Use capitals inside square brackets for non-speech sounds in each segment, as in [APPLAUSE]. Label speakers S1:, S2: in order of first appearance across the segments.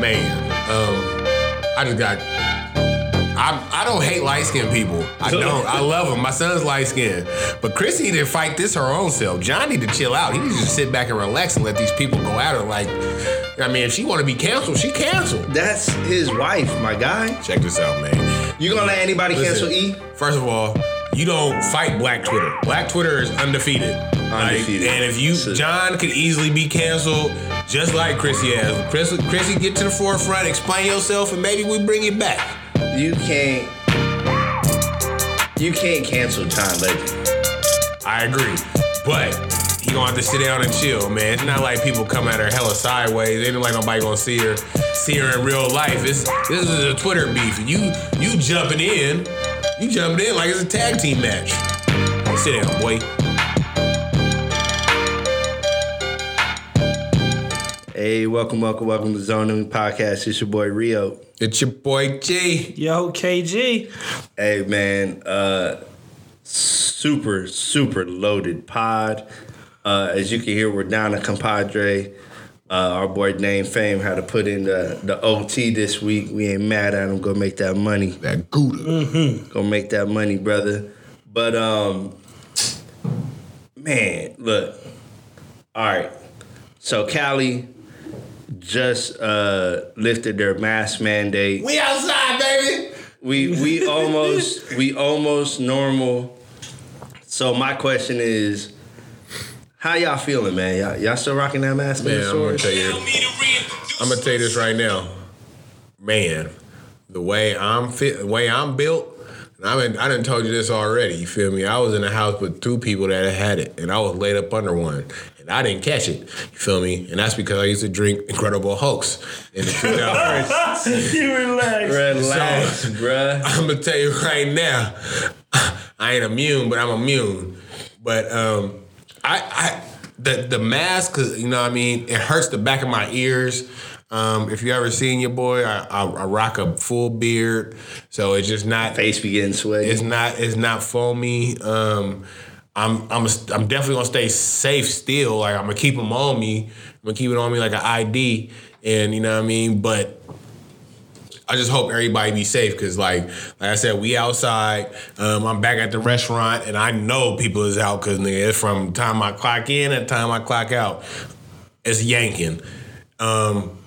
S1: Man, um, I just got. I, I don't hate light skinned people. I don't. I love them. My son's light skinned. But Chrissy need to fight this her own self. John need to chill out. He needs to sit back and relax and let these people go at her. Like, I mean, if she want to be canceled, she canceled.
S2: That's his wife, my guy.
S1: Check this out, man.
S2: You gonna let anybody
S1: Listen,
S2: cancel E?
S1: First of all, you don't fight Black Twitter. Black Twitter is undefeated. Like,
S2: Undefeated.
S1: and if you
S2: So-
S1: John could easily be canceled, just like Chrissy has. Chris, Chrissy, get to the forefront, explain yourself, and maybe we bring you back.
S2: You can't. You can't cancel John Legend.
S1: I agree, but he gonna have to sit down and chill, man. It's not like people come at her hella sideways. It ain't like nobody gonna see her, see her in real life. It's this is a Twitter beef. You you jumping in, you jumping in like it's a tag team match. Sit down, boy.
S2: Hey, welcome, welcome, welcome to Zone Zoning Podcast. It's your boy Rio.
S1: It's your boy G.
S3: Yo, KG.
S2: Hey man, uh super, super loaded pod. Uh as you can hear, we're down to compadre. Uh, our boy Name Fame had to put in the, the OT this week. We ain't mad at him. Go make that money. Mm-hmm.
S1: That Gouda.
S2: Go make that money, brother. But um man, look. All right. So Cali just uh lifted their mask mandate.
S1: We outside, baby.
S2: we we almost we almost normal. So my question is, how y'all feeling, man? Y'all, y'all still rocking that mask?
S1: Man,
S2: man?
S1: I'm gonna tell you. I'm gonna tell you this right now, man. The way I'm fit, the way I'm built, and I mean, I done told you this already. You feel me? I was in a house with two people that had it, and I was laid up under one, and I didn't catch it. You feel me? And that's because I used to drink Incredible Hulks in the [LAUGHS] 2000s.
S3: you relax.
S2: Relax,
S1: So- [LAUGHS]
S2: bruh.
S1: I'm gonna tell you right now, I ain't immune, but I'm immune. But um, I, I the the mask, 'cause, you know, what I mean, it hurts the back of my ears. Um, if you ever seen your boy, I, I, I rock a full beard, so it's just not
S2: Face be getting sweaty.
S1: it's not it's not foamy. Um, I'm I'm I'm definitely gonna stay safe still. Like I'm gonna keep them on me. I'm gonna keep it on me like an ID, and you know what I mean. But I just hope everybody be safe because like like I said, we outside. Um, I'm back at the restaurant, and I know people is out because nigga, it's from time I clock in and time I clock out. It's yanking. Um,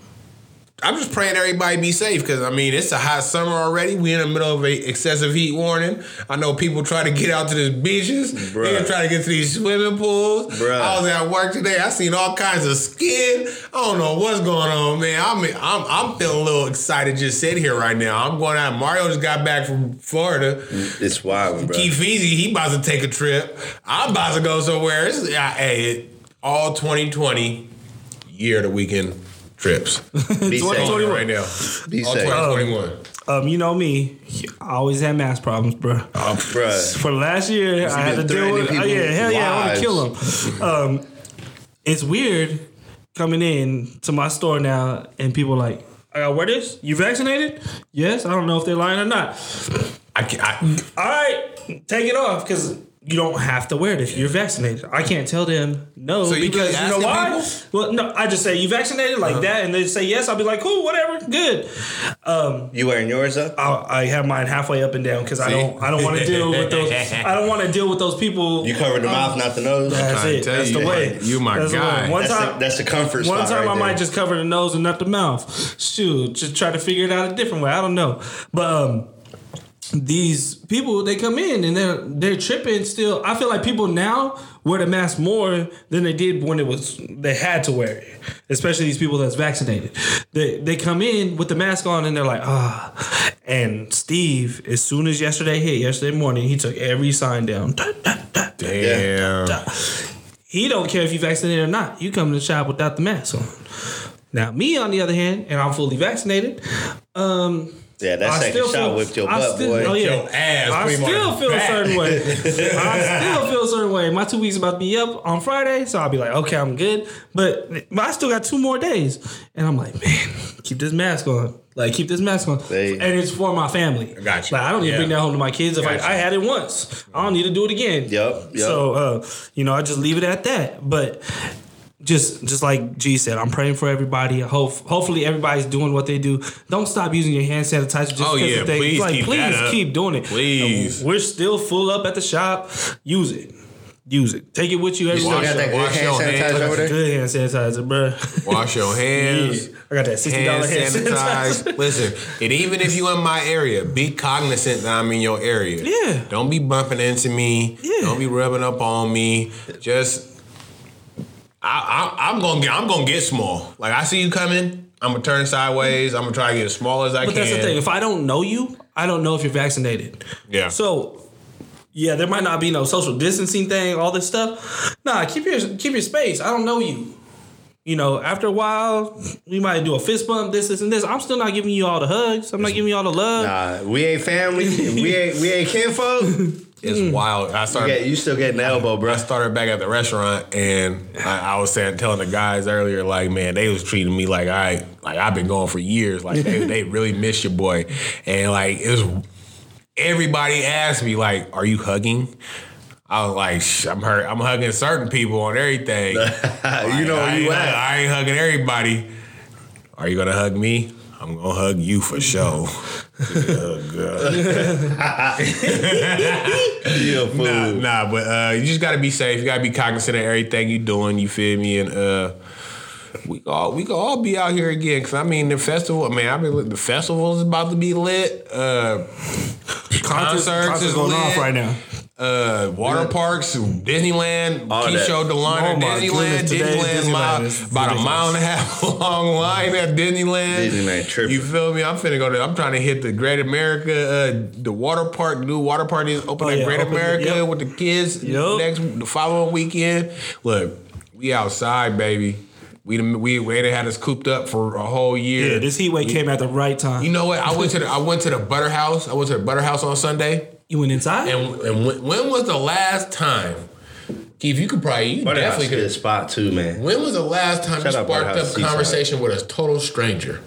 S1: I'm just praying everybody be safe because I mean it's a hot summer already. We in the middle of a excessive heat warning. I know people try to get out to the beaches.
S2: Bruh.
S1: They try to get to these swimming pools.
S2: Bruh.
S1: I was at work today. I seen all kinds of skin. I don't know what's going on, man. I'm I'm I'm feeling a little excited just sitting here right now. I'm going out. Mario just got back from Florida.
S2: It's wild, bro.
S1: Keith Easy, he about to take a trip. I'm about to go somewhere. It's, I, hey, it, all 2020 year to weekend
S3: [LAUGHS]
S1: trips.
S2: Be safe.
S3: 2021.
S1: right now.
S2: Be
S1: All
S2: safe.
S1: 2021.
S3: Um, you know me. I always had mask problems, bruh.
S2: Bruh.
S3: For last year, I had to
S2: been
S3: deal with.
S2: threatening
S3: Oh, yeah, hell yeah, I want to kill
S2: people's
S1: Mm-hmm.
S3: them. Um, it's weird coming in to my store now and people like, I gotta wear this. You vaccinated? Yes. I don't know if they're lying or not.
S1: I, can, I
S3: All right, take it off because you don't have to wear it if you're vaccinated. I can't tell them no
S1: So you
S3: because
S1: really
S3: you
S1: asking
S3: know why?
S1: people? Uh-huh.
S3: Well, no, I just say you vaccinated like that, and they say yes. I'll be like, cool, whatever, good.
S2: You wearing yours up?
S3: I, I have mine halfway up and down because I don't I don't
S2: [LAUGHS]
S3: want to deal with those I don't want to deal with those people.
S2: You covered the mouth, not the nose.
S3: uh, That's
S1: trying to
S3: it.
S1: tell
S3: That's
S1: you,
S3: the way.
S1: you my
S3: That's the way.
S1: guy.
S3: One
S2: That's
S3: time,
S2: the, that's the comfort
S3: one
S2: spot
S3: time
S2: right
S3: I might
S2: there.
S3: just cover the nose and not the mouth. Shoot, just try to figure it out a different way. I don't know, but um, these people they come in and they're they're tripping. Still, I feel like people now wear the mask more than they did when it was they had to wear it. Especially these people that's vaccinated. They they come in with the mask on and they're like ah. And Steve, as soon as yesterday hit, yesterday morning, he took every sign down.
S1: damn.
S3: He don't care if you vaccinated or not. You come to the shop without the mask on. Now, me on the other hand, and I'm fully vaccinated. Um,
S2: Yeah, that
S3: I
S2: second
S3: still
S2: shot
S3: feel,
S2: whipped your
S3: I
S2: butt,
S3: still,
S2: boy.
S3: Oh, yeah.
S1: Your ass
S3: I
S1: pretty much
S3: still feel
S1: back.
S3: a certain way.
S1: [LAUGHS]
S3: I still feel a certain way. My two weeks about to be up on Friday, so I'll be like, okay, I'm good. But, but I still got two more days, and I'm like, man, keep this mask on. Like, keep this mask on,
S2: Hey.
S3: and it's for my family.
S1: Got you.
S3: Like, I don't need
S1: Yeah.
S3: to bring that home to my kids. If I,
S1: Got you.
S3: I had it once, I don't need to do it again.
S2: Yup, yup.
S3: So uh, you know, I just leave it at that. But just just like G said, I'm praying for everybody. Hope hopefully everybody's doing what they do. Don't stop using your hand sanitizer. Just
S1: Oh,
S3: 'cause
S1: yeah,
S3: if they,
S1: please
S3: like,
S1: keep
S3: please
S1: that up.
S3: keep doing it.
S1: Please.
S3: And we're still full up at the shop. Use it, use it. Take it with you
S1: still
S3: everywhere.
S1: got that
S2: good
S1: Wash your hands.
S2: over there?
S3: Good hand sanitizer, bro.
S1: Wash
S3: [LAUGHS]
S1: your hands.
S3: I got that sixty
S1: Hand
S3: dollars hand
S1: [LAUGHS]
S3: sanitizer. [LAUGHS]
S1: sanitize. Listen, and even if you in my area, be cognizant that I'm in your area.
S3: Yeah.
S1: Don't be bumping into me.
S3: Yeah.
S1: Don't be rubbing up on me. Just, I, I, I'm gonna get, I'm gonna get small. Like I see you coming, I'm gonna turn sideways. I'm gonna try to get as small as I
S3: But
S1: can.
S3: that's the thing. If I don't know you, I don't know if you're vaccinated.
S1: Yeah.
S3: So, yeah, there might not be no social distancing thing, all this stuff. Nah, keep your keep your space. I don't know you. You know, after a while, we might do a fist bump, this, this, and this. I'm still not giving you all the hugs. I'm not giving you all the love.
S2: Nah, we ain't family. we ain't we ain't kinfolk.
S1: it's
S3: Mm.
S1: wild. I started.
S2: Yeah, you still getting the elbow, bro. [LAUGHS]
S1: I started back at the restaurant, and I, I was saying, telling the guys earlier, like, man, they was treating me like I, like I've been gone for years. Like, they, they really miss your boy, and like it was. Everybody asked me, like, are you hugging? I was like, Shh, I'm hurt. I'm hugging certain people on everything.
S2: [LAUGHS] you know
S1: I
S2: where you
S1: ain't-
S2: at.
S1: I ain't hugging everybody. Are you gonna hug me? I'm gonna hug you
S2: [LAUGHS]
S1: for sure. [LAUGHS] Oh, God.
S2: You a fool.
S1: Nah, nah, but uh, you just gotta be safe. You gotta be cognizant of everything you doing. You feel me? And uh, we could all we could all be out here again. Cause I mean, the festival, man. I mean, the festival is about to be lit. Uh, concerts, is
S3: going
S1: lit.
S3: off right now.
S1: Uh, water parks, Disneyland,
S2: All that.
S1: Keyshow DeLonge,
S3: Oh my
S1: Disneyland,
S3: goodness, today
S1: Disneyland's
S3: Disneyland
S1: mile,
S3: is
S1: about a
S3: ridiculous.
S1: mile and a half [LAUGHS] long line at Disneyland.
S2: Disneyland tripping.
S1: You feel me? I'm finna go to. I'm trying to hit the Great America, uh, the water park. New water park is open
S3: Oh,
S1: at
S3: yeah,
S1: Great
S3: open-
S1: America
S3: yep.
S1: with the kids
S3: Yep.
S1: next the following weekend. Look, we outside, baby. We done- we we done had us cooped up for a whole year.
S3: Yeah, this heat wave came at the right time.
S1: you know what? I went to the I went to the Butter House. I went to the Butter House on Sunday.
S3: You went inside?
S1: And, and when, when was the last time, Keith? You could probably you
S2: But that's
S1: definitely
S2: a
S1: could.
S2: good spot too, man.
S1: When was the last time
S2: Shout
S1: you
S2: out
S1: sparked
S2: Butterhouse
S1: up
S2: Seaside.
S1: conversation with a total stranger?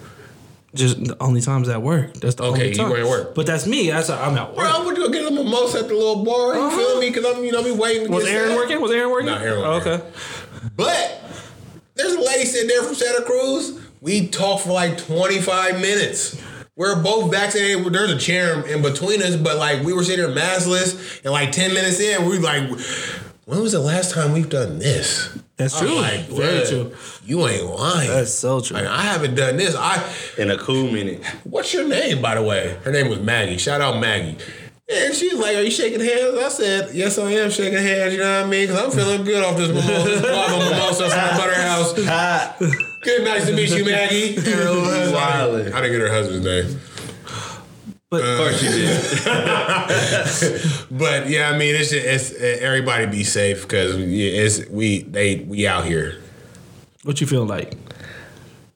S3: Just the only times at work. That's the
S1: Okay,
S3: only
S1: you
S3: time.
S1: were at work.
S3: But that's me. That's I'm at work.
S1: Bro, I would go get a mimosa at the little bar. You feel
S3: Uh-huh.
S1: me? Because I'm, you know, be waiting. To
S3: was
S1: get
S3: Aaron
S1: set.
S3: working? Was Aaron working?
S1: No, Aaron
S3: Oh,
S1: wasn't.
S3: okay.
S1: But there's a lady sitting there from Santa Cruz. We talked for like 25 minutes. We're both vaccinated. There's a chair in between us, but like we were sitting there maskless, and like 10 minutes in, we like, when was the last time we've done this?
S3: That's
S1: I'm
S3: true.
S1: like,
S3: Very
S1: "Bruh,
S3: true.
S1: You ain't lying.
S3: That's so true.
S1: Like, I haven't done this. I
S2: In a cool minute.
S1: What's your name, by the way? Her name was Maggie. Shout out Maggie. And she's like, "Are you shaking hands?" I said, "Yes, I am shaking hands." You know what I mean? Because I'm feeling good off this mimosa, guava mimosa from the butter house. Good, nice to meet you,
S3: [LAUGHS]
S1: Maggie. And her [LAUGHS] little husband-
S2: Wildin'.
S1: I didn't get her husband's name,
S3: But
S2: Of course you did.
S1: but yeah, I mean, it's just, it's everybody be safe because it's we they we out here.
S3: what you feel like?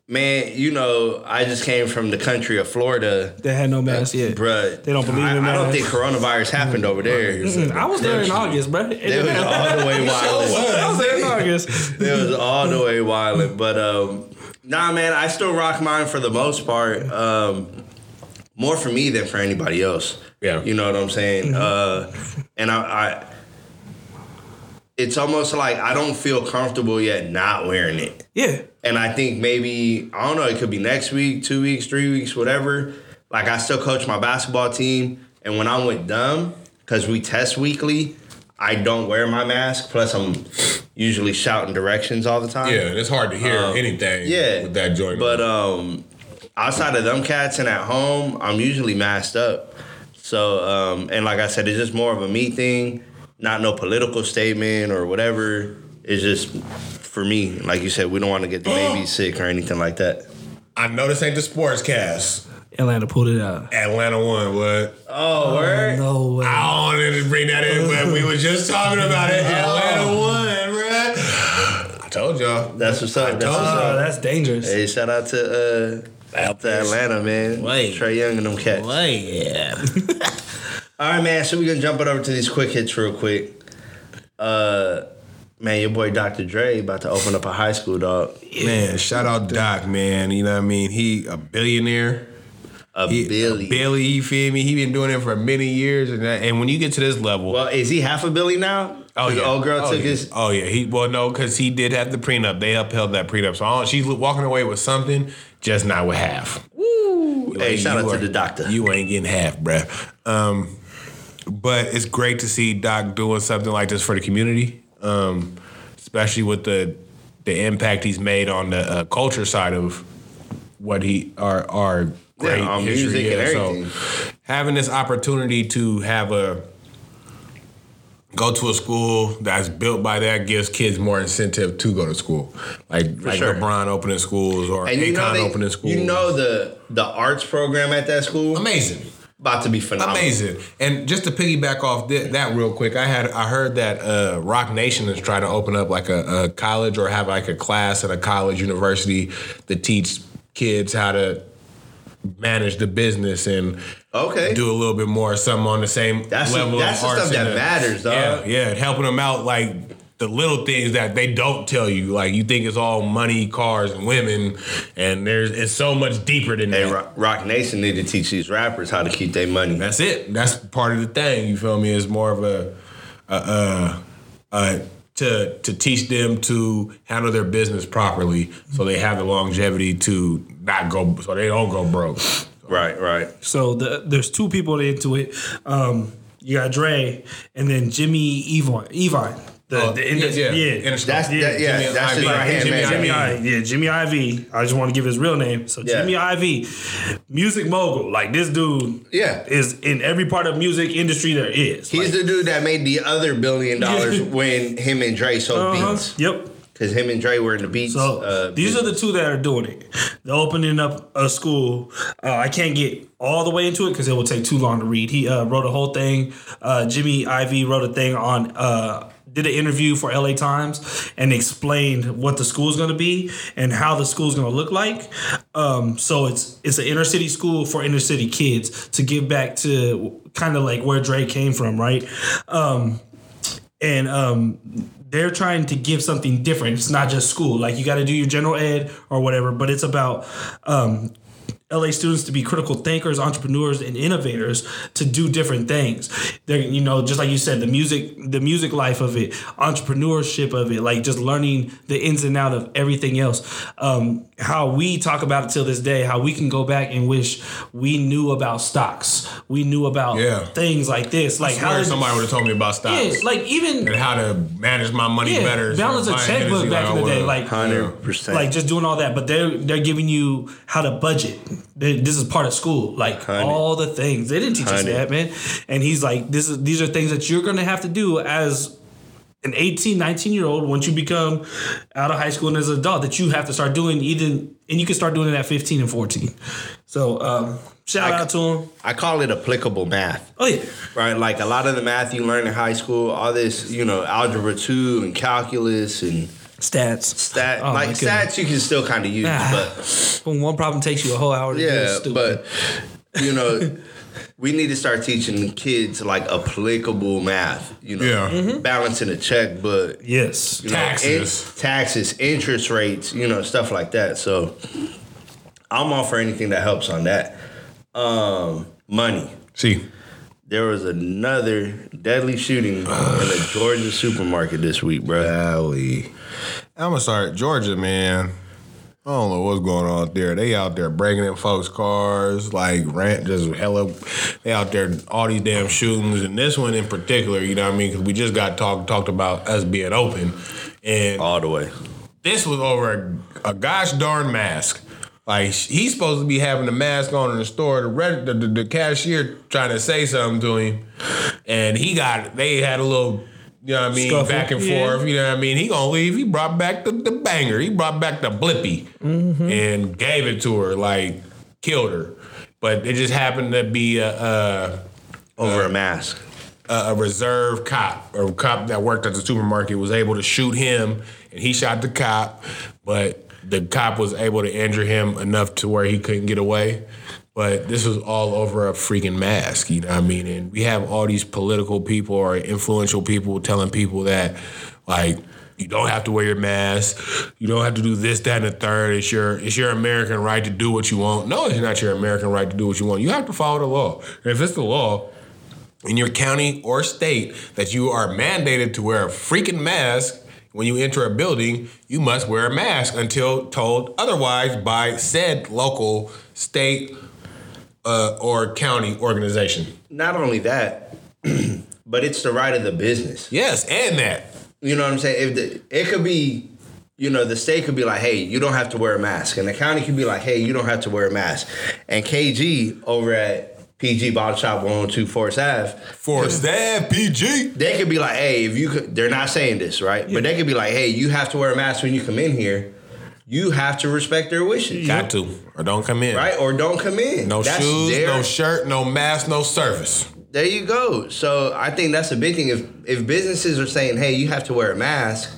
S2: Man, you know, I just came from the country of Florida,
S3: They had no mask yet.
S2: bruh.
S3: They don't believe
S2: I,
S3: in
S2: I don't
S3: that.
S2: think coronavirus happened over there.
S3: Mm, I was there in August, bro.
S2: They was all the
S3: [LAUGHS]
S2: way wildin'.
S3: I was there in August.
S2: They was all the way wildin'. But um, nah, man, I still rock mine for the most part. Um, more for me than for anybody else.
S1: Yeah.
S2: you know what I'm saying. Uh, and I, I, it's almost like I don't feel comfortable yet not wearing it.
S3: Yeah.
S2: And I think maybe, I don't know, it could be next week, two weeks, three weeks, whatever. Like, I still coach my basketball team. And when I'm with them, because we test weekly, I don't wear my mask. Plus, I'm usually shouting directions all the time.
S1: Yeah, and it's hard to hear
S3: Um,
S1: anything.
S2: Yeah.
S1: with that joint.
S2: But um, outside of them cats and at home, I'm usually masked up. So, um, and like I said, it's just more of a me thing, not no political statement or whatever. It's just for me, like you said, we don't want to get the baby sick or anything like that.
S1: I know this ain't the sports cast.
S3: Atlanta pulled it out.
S1: Atlanta won. What?
S2: Oh, word.
S3: No way.
S1: I don't wanted to bring that in, but we were just talking about it. Atlanta won, bruh. I told y'all.
S2: That's what's up. That's what's
S3: Oh,
S2: up.
S3: that's dangerous.
S2: Hey, shout out to uh, out to Atlanta, man.
S4: Wait.
S2: Trey Young and them cats.
S4: yeah.
S2: All right, man. So we're gonna jump it over to these quick hits real quick. Uh, man, your boy Dr. Dre about to open up a high school dog.
S1: Man, shout out Doc, man. You know what I mean? He a billionaire.
S2: A
S1: He,
S2: billion.
S1: Billy, you feel me? He been doing it for many years. And, that- and when you get to this level,
S2: well, is he half a billy now?
S1: Oh
S2: The old girl
S1: oh,
S2: took
S1: yeah.
S2: his-
S1: Oh yeah, he well no, because he did have the prenup. They upheld that prenup. So I don't- she's walking away with something, just not with half. Woo!
S2: Hey, shout out to the doctor.
S1: You ain't getting half, bruh. Um, but it's great to see Doc doing something like this for the community, um, especially with the the impact he's made on the uh, culture side of what he our our great
S2: on
S1: history
S2: music and
S1: is.
S2: everything.
S1: So having this opportunity to have a go to a school that's built by that gives kids more incentive to go to school, like like
S2: sure.
S1: LeBron opening schools or
S2: And
S1: Akon
S2: you know, they-
S1: opening schools.
S2: you know the the arts program at that school
S1: amazing.
S2: about to be phenomenal.
S1: Amazing. And just to piggyback off thi- that real quick, I had I heard that uh, Rock Nation is trying to open up like a, a college or have like a class at a college university that teach kids how to manage the business and
S2: Oh, Okay.
S1: do a little bit more something on the same
S2: That's the-
S1: level of
S2: that's the
S1: arts
S2: stuff
S1: and
S2: that
S1: the-
S2: matters, dog.
S1: Yeah, yeah, and helping them out like the little things that they don't tell you. Like you think it's all money, cars, and women, and there's it's so much deeper than
S2: Hey,
S1: that.
S2: Rock, Rock Nation need to teach these rappers how to keep their money.
S1: That's it. That's part of the thing. You feel me? It's more of a, a, uh uh to to teach them to handle their business properly, so they have the longevity to not go, so they don't go broke.
S2: Right, right.
S3: So the, there's two people into it. Um, you got Dre and then Jimmy Evon. Evon. The,
S1: Oh,
S3: the inter-
S1: yeah, yeah.
S3: yeah.
S1: Interscope.
S2: That's
S3: Yeah,
S2: that, yeah.
S1: Jimmy
S2: that's his
S1: Ivey.
S2: right hand
S1: Jimmy
S2: man.
S1: Ivey.
S3: Jimmy
S1: Yeah.
S3: I, yeah, Jimmy Ivy. I just want to give his real name. So
S2: Yeah.
S3: Jimmy Ivy, music mogul. Like this dude
S2: Yeah.
S3: is in every part of music industry there is.
S2: He's the dude that made the other billion dollars when him and Dre sold
S3: Like, uh-huh.
S2: beats
S3: Yep.
S2: because him and Dre were in the beats.
S3: So
S2: uh,
S3: these are the two that are doing it. They're opening up a school. Uh, I can't get all the way into it because it will take too long to read. He uh, wrote a whole thing. Uh, Jimmy Ivy wrote a thing on. Uh, did an interview for LA Times and explained what the school's going to be and how the school's going to look like. Um, so it's it's an inner city school for inner city kids to give back to kind of like where Dre came from, right? Um, and um, they're trying to give something different. It's not just school. Like you got to do your general ed or whatever, but it's about um, LA students to be critical thinkers, entrepreneurs, and innovators to do different things. They're you know just like you said, the music, the music life of it, entrepreneurship of it, like just learning the ins and out of everything else. Um, how we talk about it till this day, how we can go back and wish we knew about stocks, we knew about
S1: Yeah.
S3: things like this, like
S1: I swear
S3: did-
S1: somebody would have told me about stocks
S3: yeah, like even
S1: and how to manage my money
S3: yeah,
S1: better.
S3: balance
S1: so
S3: a
S1: my
S3: checkbook
S1: energy, oh,
S3: back
S1: I
S3: in the day,
S1: wanna-
S3: like
S2: hundred percent.
S3: like just doing all that. But they're they're giving you how to budget. They, this is part of school, like
S2: Honey.
S3: all the things they didn't teach us
S2: Honey.
S3: that, man. And he's like, this is these are things that you're gonna have to do as an 18 19 year old once you become out of high school and as an adult that you have to start doing either and you can start doing it at 15 and 14 so um, shout
S2: I-
S3: out to him
S2: I call it applicable math.
S3: oh yeah
S2: right? Like a lot of the math you learn in high school, all this, you know, algebra two and calculus and
S3: stats
S2: stat,
S3: Oh, my
S2: like
S3: goodness.
S2: stats you can still kind of use,
S3: Ah.
S2: but
S3: when one problem takes you a whole hour to do it's
S2: yeah,
S3: stupid.
S2: but you
S3: [LAUGHS]
S2: know, we need to start teaching the kids like applicable math. You know,
S1: Yeah.
S3: Mm-hmm.
S1: Mhm.
S2: balancing a checkbook.
S3: yes
S2: You know,
S1: Taxes.
S2: in- taxes, interest rates, you know, stuff like that. So I'm all for anything that helps on that. Um, money.
S1: see,
S2: There was another deadly shooting in a Georgia supermarket this week, bro.
S1: Valley. I'm gonna start Georgia, man. I don't know what's going on out there. They out there breaking in folks' cars, like rant, just hella. They out there all these damn shootings, and this one in particular. You know what I mean? Because we just got talked talked about us being open, and
S2: All the way.
S1: this was over a, a gosh darn mask. Like sh- he's supposed to be having the mask on in the store. The, red, the, the the cashier trying to say something to him, and he got they had a little. You know what I mean?
S3: Scuffle.
S1: Back and
S3: Yeah.
S1: forth. You know what I mean? He gonna leave. He brought back the, the banger. He brought back the blippy
S3: Mm-hmm.
S1: and gave it to her. Like killed her. But it just happened to be a, a
S2: Over a mask.
S1: a, a reserve cop or cop that worked at the supermarket was able to shoot him and he shot the cop but the cop was able to injure him enough to where he couldn't get away but this was all over a freaking mask you know what i mean and we have all these political people or influential people telling people that like you don't have to wear your mask. You don't have to do this, that, and the third. It's your it's your American right to do what you want. No, it's not your American right to do what you want. You have to follow the law. And if it's the law, in your county or state that you are mandated to wear a freaking mask when you enter a building, you must wear a mask until told otherwise by said local, state, uh, or county organization.
S2: Not only that, [CLEARS THROAT] but it's the right of the business.
S1: Yes, and that.
S2: You know what I'm saying? If the, it could be, you know, the state could be like, "Hey, you don't have to wear a mask," and the county could be like, "Hey, you don't have to wear a mask," and KG over at PG Bottle Shop 102 Forest Ave
S1: For stab PG.
S2: they could be like, hey, if you could, they're not saying this, right? But they could be like, hey, you have to wear a mask when you come in here. You have to respect their wishes,
S1: Got to, or don't come in.
S2: right? Or don't come in.
S1: No
S2: That's
S1: shoes,
S2: their-
S1: no shirt, no mask, no service.
S2: there you go. So I think that's a big thing. If if businesses are saying, hey, you have to wear a mask,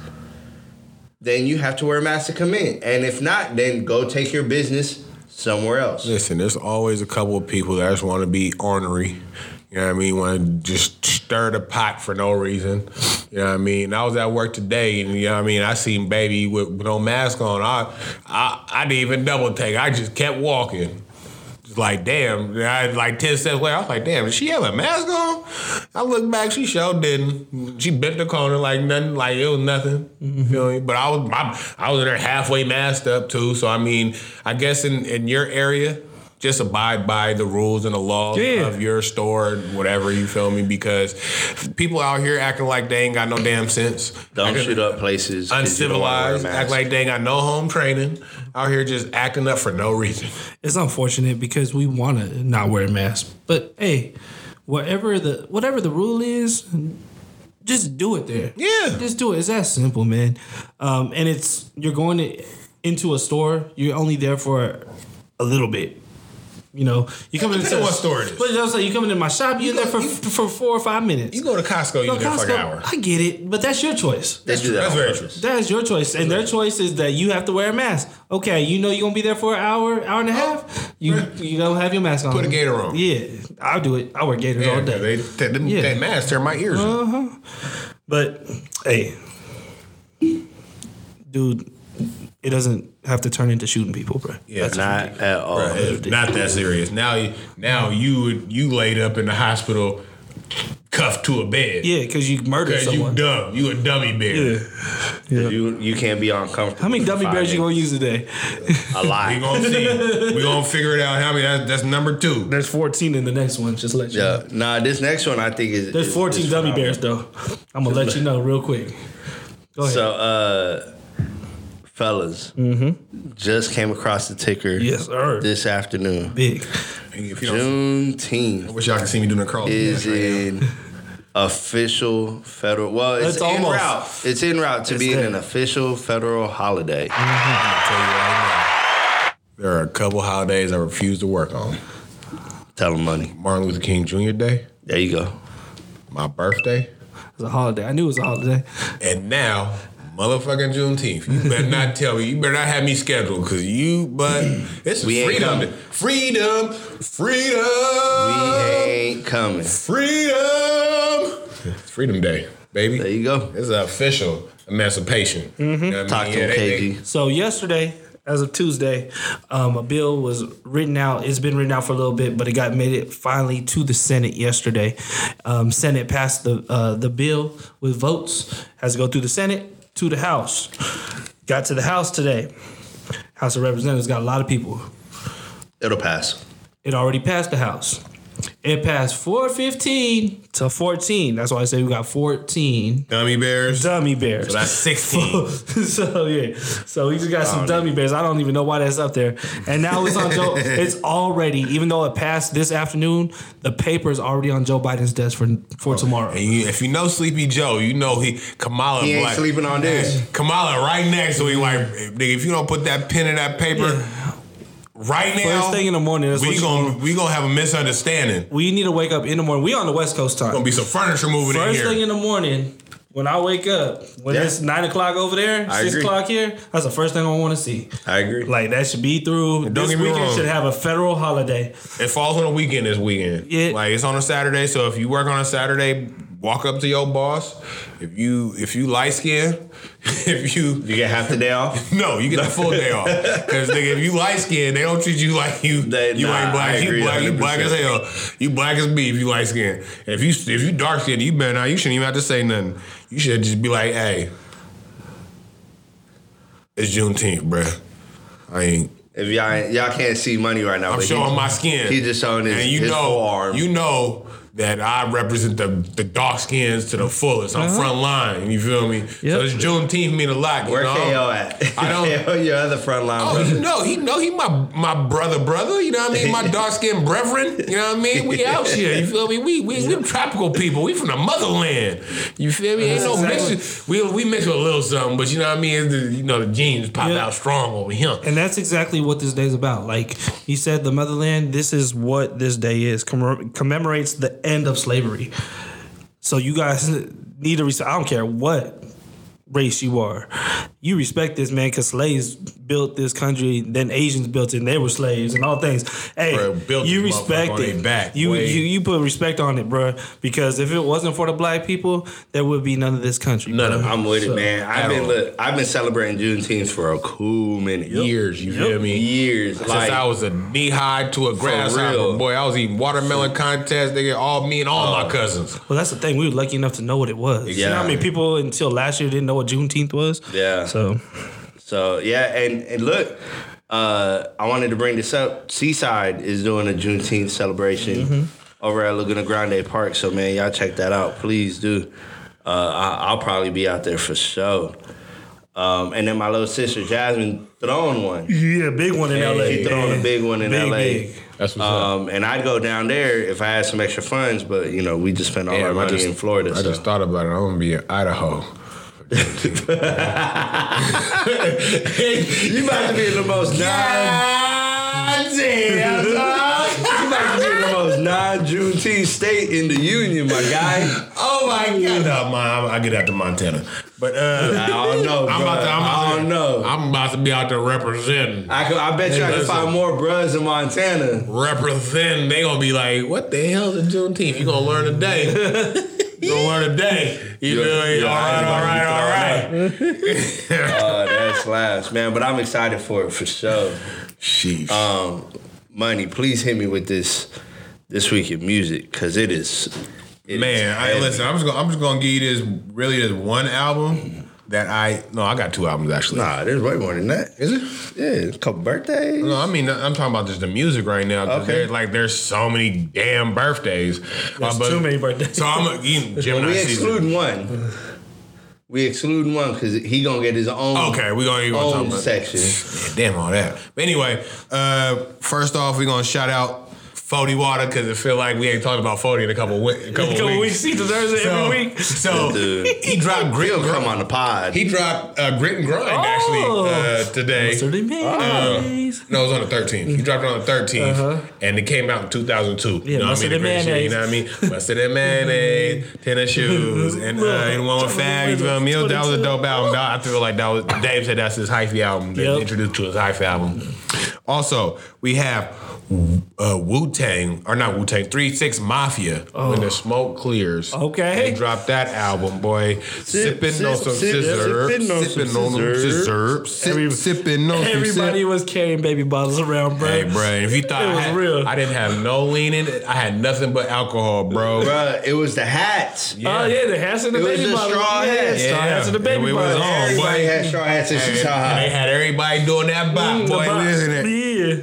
S2: then you have to wear a mask to come in. And if not, then go take your business somewhere else.
S1: Listen, there's always a couple of people that just want to be ornery. You know what I mean? Want to just stir the pot for no reason. You know what I mean? I was at work today, and you know what I mean. I seen baby with no mask on. I, I, I didn't even double take. I just kept walking. Just like damn. And I like ten steps later. I was like, damn. Did she have a mask on? I looked back. She sure didn't. She bent the corner like nothing. Like it was nothing. You Feel me? But I was my, I was in there halfway masked up too. So I mean, I guess in in your area. Just abide by the rules and the laws
S3: Yeah.
S1: of your store, whatever you feel me, because people out here acting like they ain't got no damn sense.
S2: Don't
S1: Acting-
S2: shoot up places. 'cause you don't wanna wear a
S1: uncivilized,
S2: mask.
S1: act like they ain't got no home training, out here just acting up for no reason.
S3: It's unfortunate because we want to not wear masks, but hey, whatever the whatever the rule is, just do it there.
S1: Yeah.
S3: just do it. It's that simple, man. Um, and it's you're going to, into a store. You're only there for a little bit. You know, you come
S1: depends
S3: into
S1: on what store it is.
S3: But that's like you coming into my shop. You're there for for four or five minutes.
S1: You go to Costco, you
S3: Go
S1: there for an
S3: Costco,
S1: hour.
S3: I get it, but that's your choice.
S2: They do that
S1: That's
S2: on
S1: very
S2: purpose.
S3: That is your choice, and their choice is that you have to wear a mask. Okay, you know you're gonna be there for an hour, hour and a half. You you don't have your mask on.
S1: Put a gator on.
S3: Yeah, I'll do it. I wear gators all
S1: Yeah,
S3: day.
S1: they, they, them-
S3: Yeah. Uh-huh.
S1: That mask tear my ears.
S3: But hey, dude, it doesn't have to turn into shooting people, bro.
S1: yeah, it's
S2: Not at all.
S1: it's not that serious. Now, you- now you you laid up in the hospital, cuffed to a bed.
S3: Yeah, because you murdered
S1: Cause you
S3: someone.
S1: dumb. You a dummy bear.
S3: Yeah.
S2: You you can't be uncomfortable.
S3: How many
S2: for
S3: dummy
S2: five
S3: bears you gonna
S2: minutes.
S3: use today?
S2: A lot.
S1: We
S2: [LAUGHS]
S1: gonna see. we gonna figure it out. How many? That's, that's number two.
S3: There's 14 in the next one. Just let you. know.
S2: Yeah. Nah, this next one I think is
S3: There's
S2: is-
S3: 14
S2: is
S3: dummy
S2: phenomenal.
S3: bears though. I'm gonna let you know real quick. Go ahead.
S2: So, uh, fellas, just came across the ticker
S3: yes, sir.
S2: this afternoon.
S3: Big.
S1: If you don't, I
S2: Juneteenth
S1: wish y'all could see me doing a crawl.
S2: is in official federal. Well, it's,
S3: It's
S2: en
S3: almost-
S2: route. It's en route to being
S3: there.
S2: an official federal holiday.
S1: I'll tell you right now. There are a couple holidays I refuse to work on.
S2: Tell them money.
S1: Martin Luther King Jr. Day,
S2: There you go.
S1: my birthday,
S3: It's a holiday. I knew it was a holiday.
S1: and now motherfucking Juneteenth. You better
S2: [LAUGHS]
S1: not tell me. You better not have me scheduled because you. But it's
S2: We ain't
S1: freedom.
S2: coming.
S1: Freedom. Freedom.
S2: We ain't coming.
S1: freedom. It's Freedom Day, baby.
S2: There you go.
S1: It's official emancipation. You know what I
S2: Mm-hmm. Talk
S1: mean?
S2: to
S1: Yeah,
S2: him,
S1: they- they-
S2: KG.
S3: So yesterday, as of Tuesday, um, a bill was written out. It's been written out for a little bit, but it got made it finally to the Senate yesterday. Um, Senate passed the uh, the bill with votes. Has to go through the Senate to the House. Got to the House today. House of Representatives got a lot of people.
S2: It'll pass.
S3: It already passed the House. It passed 415 to 14. That's why I say we got 14
S1: Gummy bears.
S3: dummy bears.
S1: So that's
S2: [LAUGHS]
S1: 16.
S3: [LAUGHS] so yeah, so we just got
S1: Oh,
S3: some dummy bears. I don't even know why that's up there. And now it's
S1: [LAUGHS]
S3: on Joe. It's already, even though it passed this afternoon, the paper is already on Joe Biden's desk for for tomorrow.
S1: And you, if you know Sleepy Joe, you know he Kamala.
S2: He ain't
S1: like-
S2: sleeping on this.
S1: Kamala right next to him. Like, nigga, if you don't put that pen in that paper right now,
S3: First thing in the morning, that's what
S1: we
S3: you-
S1: gonna we gonna have a misunderstanding.
S3: we need to wake up in the morning. We on the West Coast time.
S1: Gonna be some furniture moving
S3: First
S1: in
S3: thing
S1: here.
S3: in the morning, when I wake up, when
S2: Yeah.
S3: it's nine o'clock over there,
S2: I
S3: six
S2: agree.
S3: o'clock here, that's the first thing I want to see.
S2: I agree.
S3: Like that should be through.
S1: Don't
S3: this
S1: get me
S3: weekend
S1: wrong.
S3: should have a federal holiday.
S1: it falls on a weekend this weekend.
S3: Yeah.
S1: Like it's on a Saturday, so if you work on a Saturday, walk up to your boss. If you if you light skin, [LAUGHS] if you
S2: You get half the day off.
S1: no, you
S2: [LAUGHS]
S1: get the full day off. Because nigga, if you light skinned, they don't treat you like you.
S2: They-
S1: you
S2: nah,
S1: ain't black.
S2: I agree
S1: you black. You
S2: 100%.
S1: black as hell. You black as me if you light skinned. If you if you dark skinned, you better not. You shouldn't even have to say nothing. You should just be like, hey, it's Juneteenth, bruh. I ain't.
S2: If y'all ain't- y'all can't see money right now,
S1: I'm
S2: but
S1: showing
S2: he,
S1: my skin.
S2: he just showing his,
S1: and you
S2: his
S1: know,
S2: forearm.
S1: you know that I represent the the dark skins to the fullest. I'm
S3: Uh-huh.
S1: front line. You feel me?
S3: Yep.
S1: So this Juneteenth mean a lot. You
S2: Where
S1: know?
S2: KO at? [LAUGHS]
S1: I don't-
S2: KO, your other frontline
S1: Oh,
S2: brother.
S1: you know, he know he my my brother, brother. You know what I mean? My dark skinned brethren. You know what I mean? [LAUGHS] We out here. You feel me? We we we tropical people. We from the motherland. You feel me? Ain't no
S3: Exactly.
S1: mix. We we mix with a little something, but you know what I mean? It's the, you know the genes pop
S3: Yeah.
S1: out strong over here.
S3: And that's exactly what this day's about. Like he said, the motherland, this is what this day is. Commem- commemorates the end of slavery. So you guys need to respect. I don't care what race you are. You respect this, man, because slaves built this country, then Asians built it, and they were slaves and all things. Hey,
S1: Bruh, built
S3: you
S1: this motherfucker
S3: respect
S1: on
S3: it.
S1: they back,
S3: you,
S1: way.
S3: you you put respect on it, bro. Because if it wasn't for the black people, there would be none of this country.
S1: None
S3: bruh.
S1: of it.
S2: I'm with it,
S3: So,
S2: man. I've
S1: at
S2: been
S1: all.
S2: look, I've been celebrating Juneteenth for a cool minute.
S1: Years, you
S3: Yep.
S1: feel me?
S2: Years.
S1: Since
S2: like,
S1: I was a knee high to a grasshopper,
S2: real.
S1: boy, I was eating watermelon contests. They get all me and all my cousins.
S3: Well, that's the thing. We were lucky enough to know what it was. You know how
S2: Yeah.
S3: many people until last year didn't know what Juneteenth was?
S2: Yeah.
S3: So,
S2: So yeah, and, and look, uh, I wanted to bring this up. Seaside is doing a Juneteenth celebration over at Laguna Grande Park. So man, y'all check that out. Please do. Uh, I, I'll probably be out there for sure. Um, and then my little sister Jasmine throwing one.
S3: yeah, big one in LA.
S2: She throwing a big one in
S3: Big,
S2: LA.
S3: big.
S1: That's what's
S2: Um, and I'd go down there if I had some extra funds, but you know we just spent all our
S1: Damn, I
S2: money
S1: just-
S2: in Florida.
S1: I
S2: so.
S1: just thought about it. I'm gonna be in Idaho.
S2: you about to be in the [LAUGHS] most non you about to be in the most non Juneteenth state in the union, my guy.
S1: Oh my god! No, my, I get out to Montana, but
S2: I
S1: uh,
S2: don't know.
S1: I'm about to. I'm
S2: I
S1: about
S2: don't
S1: to,
S2: know.
S1: I'm about to be out there representing.
S2: I, could, I bet you I can
S1: listen.
S2: find more bros in Montana.
S1: Represent. They gonna be like, "What the hell is Juneteenth? You gonna learn
S2: [LAUGHS]
S1: today? you gonna learn today? You
S2: Your-
S1: feel me?
S2: your
S1: All
S2: eyes about to be
S1: right, all right, all right."
S2: Oh, that's last, man. But I'm excited for it for sure.
S1: Sheesh.
S2: Money, please hit me with this this week in music because it is. it is
S1: Man, I
S2: heavy.
S1: listen. I'm just gonna, I'm just gonna give you this really this one album that I no, I got two albums actually.
S2: Mm-hmm. Nah, there's way more than that.
S1: Is it?
S2: Yeah, a couple birthdays.
S1: No, I mean I'm talking about just the music right now. 'cause
S2: Okay.
S1: there- like there's so many damn birthdays.
S3: There's
S1: My bu-
S3: too many birthdays.
S1: So I'm a,
S3: [LAUGHS]
S1: you, Gemini
S2: We
S1: season.
S2: excluding one. We excluding one because he gonna get his own.
S1: Okay, we gonna, we gonna talk
S2: Own
S1: about
S2: section.
S1: Man, damn all that. But anyway, uh, first off, we gonna shout out Fody Water because it feel like we ain't talking about Fody in a couple we- a [LAUGHS] couple,
S3: Couple
S1: weeks.
S3: weeks. He deserves it
S1: So,
S3: every week.
S1: so
S2: Dude.
S1: he dropped Grit
S2: He'll
S1: and
S2: come
S1: Grind.
S2: on the pod.
S1: He dropped uh, Grit and Grind
S3: Oh.
S1: actually uh, today.
S3: Thirty mayonnaise.
S1: No, it was on the 13th. You dropped it on the 13th,
S3: Uh-huh.
S1: and it came out in 2002.
S3: Yeah,
S1: you know what I
S3: mustard
S1: mean? The
S3: and
S1: great shit,
S3: mayonnaise.
S1: You know what I mean? Mustard and
S3: [LAUGHS]
S1: mayonnaise, tennis shoes, and uh, and one with Fab. You feel me? It was- That was a dope album. I feel like that was Dave said that's his hyphy album. That
S3: Yep.
S1: introduced to his hyphy album. Also, we have uh, Wu Tang or not Wu Tang Three Six Mafia when the smoke clears.
S3: Oh. Okay.
S1: they dropped that album, boy. sipping on
S2: sip,
S1: some
S2: sip,
S1: scissors,
S2: sipping on some
S1: sipping on some
S2: scissor.
S1: scissors, sipping on some scissors.
S3: Everybody was carrying baby bottles around, bro.
S1: Hey, bro, if you thought
S3: It
S1: I,
S3: was
S1: had,
S3: real. Oh,
S1: I didn't have no leaning, I had nothing but alcohol, bro.
S2: Bruh, it was the hats.
S3: Oh yeah, the hats and the
S2: It was
S3: baby
S2: the
S3: bottles.
S2: straw
S3: yeah,
S2: hats.
S3: straw hats and the
S1: Yeah,
S3: baby
S1: we was
S3: bottles.
S1: on, boy.
S2: Everybody had straw hats Oh, and
S1: Hey,
S2: shit.
S1: they had everybody doing that bop,
S3: Mm,
S1: boy.
S3: the box.
S1: Listen, to that.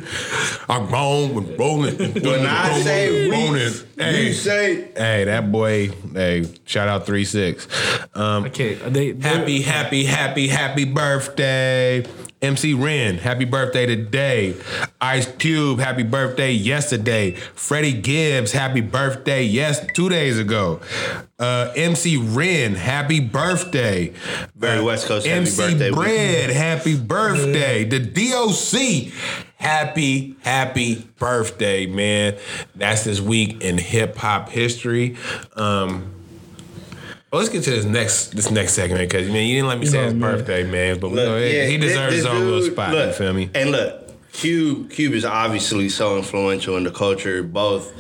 S3: yeah.
S1: I'm grown with rolling.
S2: When I say we,
S1: hey,
S2: you say
S1: hey, that boy, hey, shout out three six. Um,
S3: Okay, they
S1: Happy, happy, happy, happy birthday. MC Ren, happy birthday today. Ice Cube, happy birthday yesterday. Freddie Gibbs, happy birthday, yes, two days ago. Uh, MC Ren, happy birthday. Uh,
S2: Very West Coast happy
S1: MC
S2: birthday
S1: Bread, happy birthday. The DOC, happy, happy birthday, man. That's this week in hip hop history. Um, well, let's get to this next this next segment because man, you didn't let me say
S3: know,
S1: his
S3: man.
S1: birthday, man. But we know
S2: Look,
S1: he-
S2: yeah,
S1: Oh, he
S2: this-
S1: deserves
S2: this
S1: his own little
S2: dude-
S1: spot.
S2: Look,
S1: you feel me?
S2: And look, Cube Cube is obviously so influential in the culture, both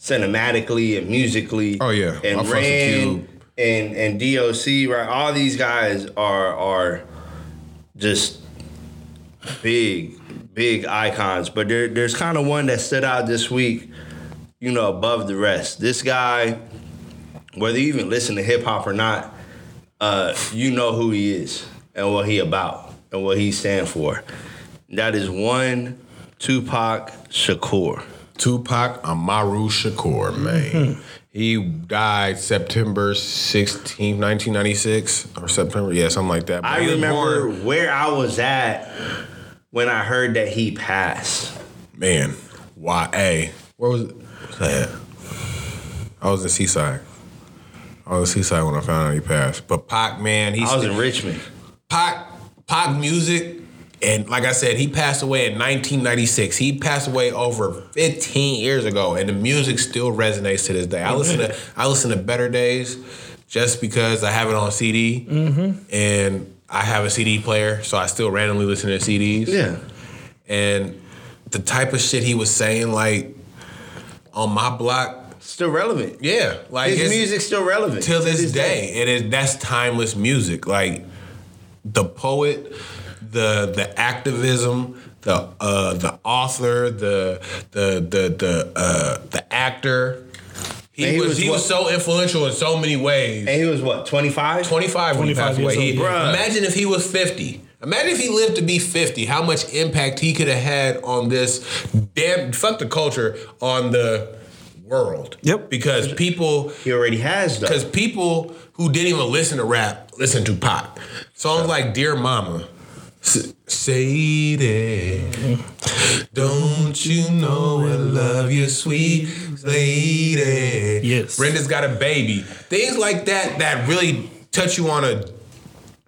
S2: cinematically and musically.
S4: Oh, yeah. I
S2: and
S4: fucks with
S2: Ren
S4: Cube.
S2: and and DOC. Right, all these guys are are just big big icons. But there, there's kind of one that stood out this week. You know, above the rest. This guy, whether you even listen to hip hop or not, uh, you know who he is and what he about and what he stand for. That is one Tupac Shakur.
S4: Tupac Amaru Shakur, man.
S3: Hmm.
S4: He died September 16th, 1996, or September, yeah, something like that. But
S2: I
S4: he was
S2: remember
S4: born-
S2: where I was at when I heard that he passed.
S4: man, why? Hey, where was it? What's that? I was in Seaside. I was in Seaside when I found out he passed. But Pac, man, he's
S2: I was in Richmond.
S4: Pac,
S1: pop music. And like I said, he passed away in 1996. He passed away over 15 years ago, and the music still resonates to this day. I listen to I listen to Better Days just because I have it on CD,
S2: Mm-hmm.
S1: and I have a CD player, so I still randomly listen to CDs.
S2: Yeah.
S1: And the type of shit he was saying, like on my block,
S2: Still relevant.
S1: yeah, like
S2: His
S1: it's-
S2: music's still relevant.
S1: till
S2: to
S1: this day. It is that's timeless music. Like the poet, the the activism, the uh, the author, the the the the uh, the actor. He
S2: And he
S1: was,
S2: was
S1: he was
S2: what-
S1: so influential in so many ways.
S2: And he was what, 25?
S1: 25 when he
S3: 25
S1: passed away.
S3: years
S1: He-
S2: old. Bruh.
S1: imagine if he was 50. Imagine if he lived to be 50, how much impact he could have had on this damn fuck the culture on the world.
S3: Yep.
S1: Because people
S2: He already has though.
S1: because people who didn't even listen to rap listen to pop. Songs like "Dear Mama," S- "Say That," "Don't You Know I Love You, Sweet Lady,"
S3: Yes.
S1: "Brenda's Got a Baby," things like that that really touch you on a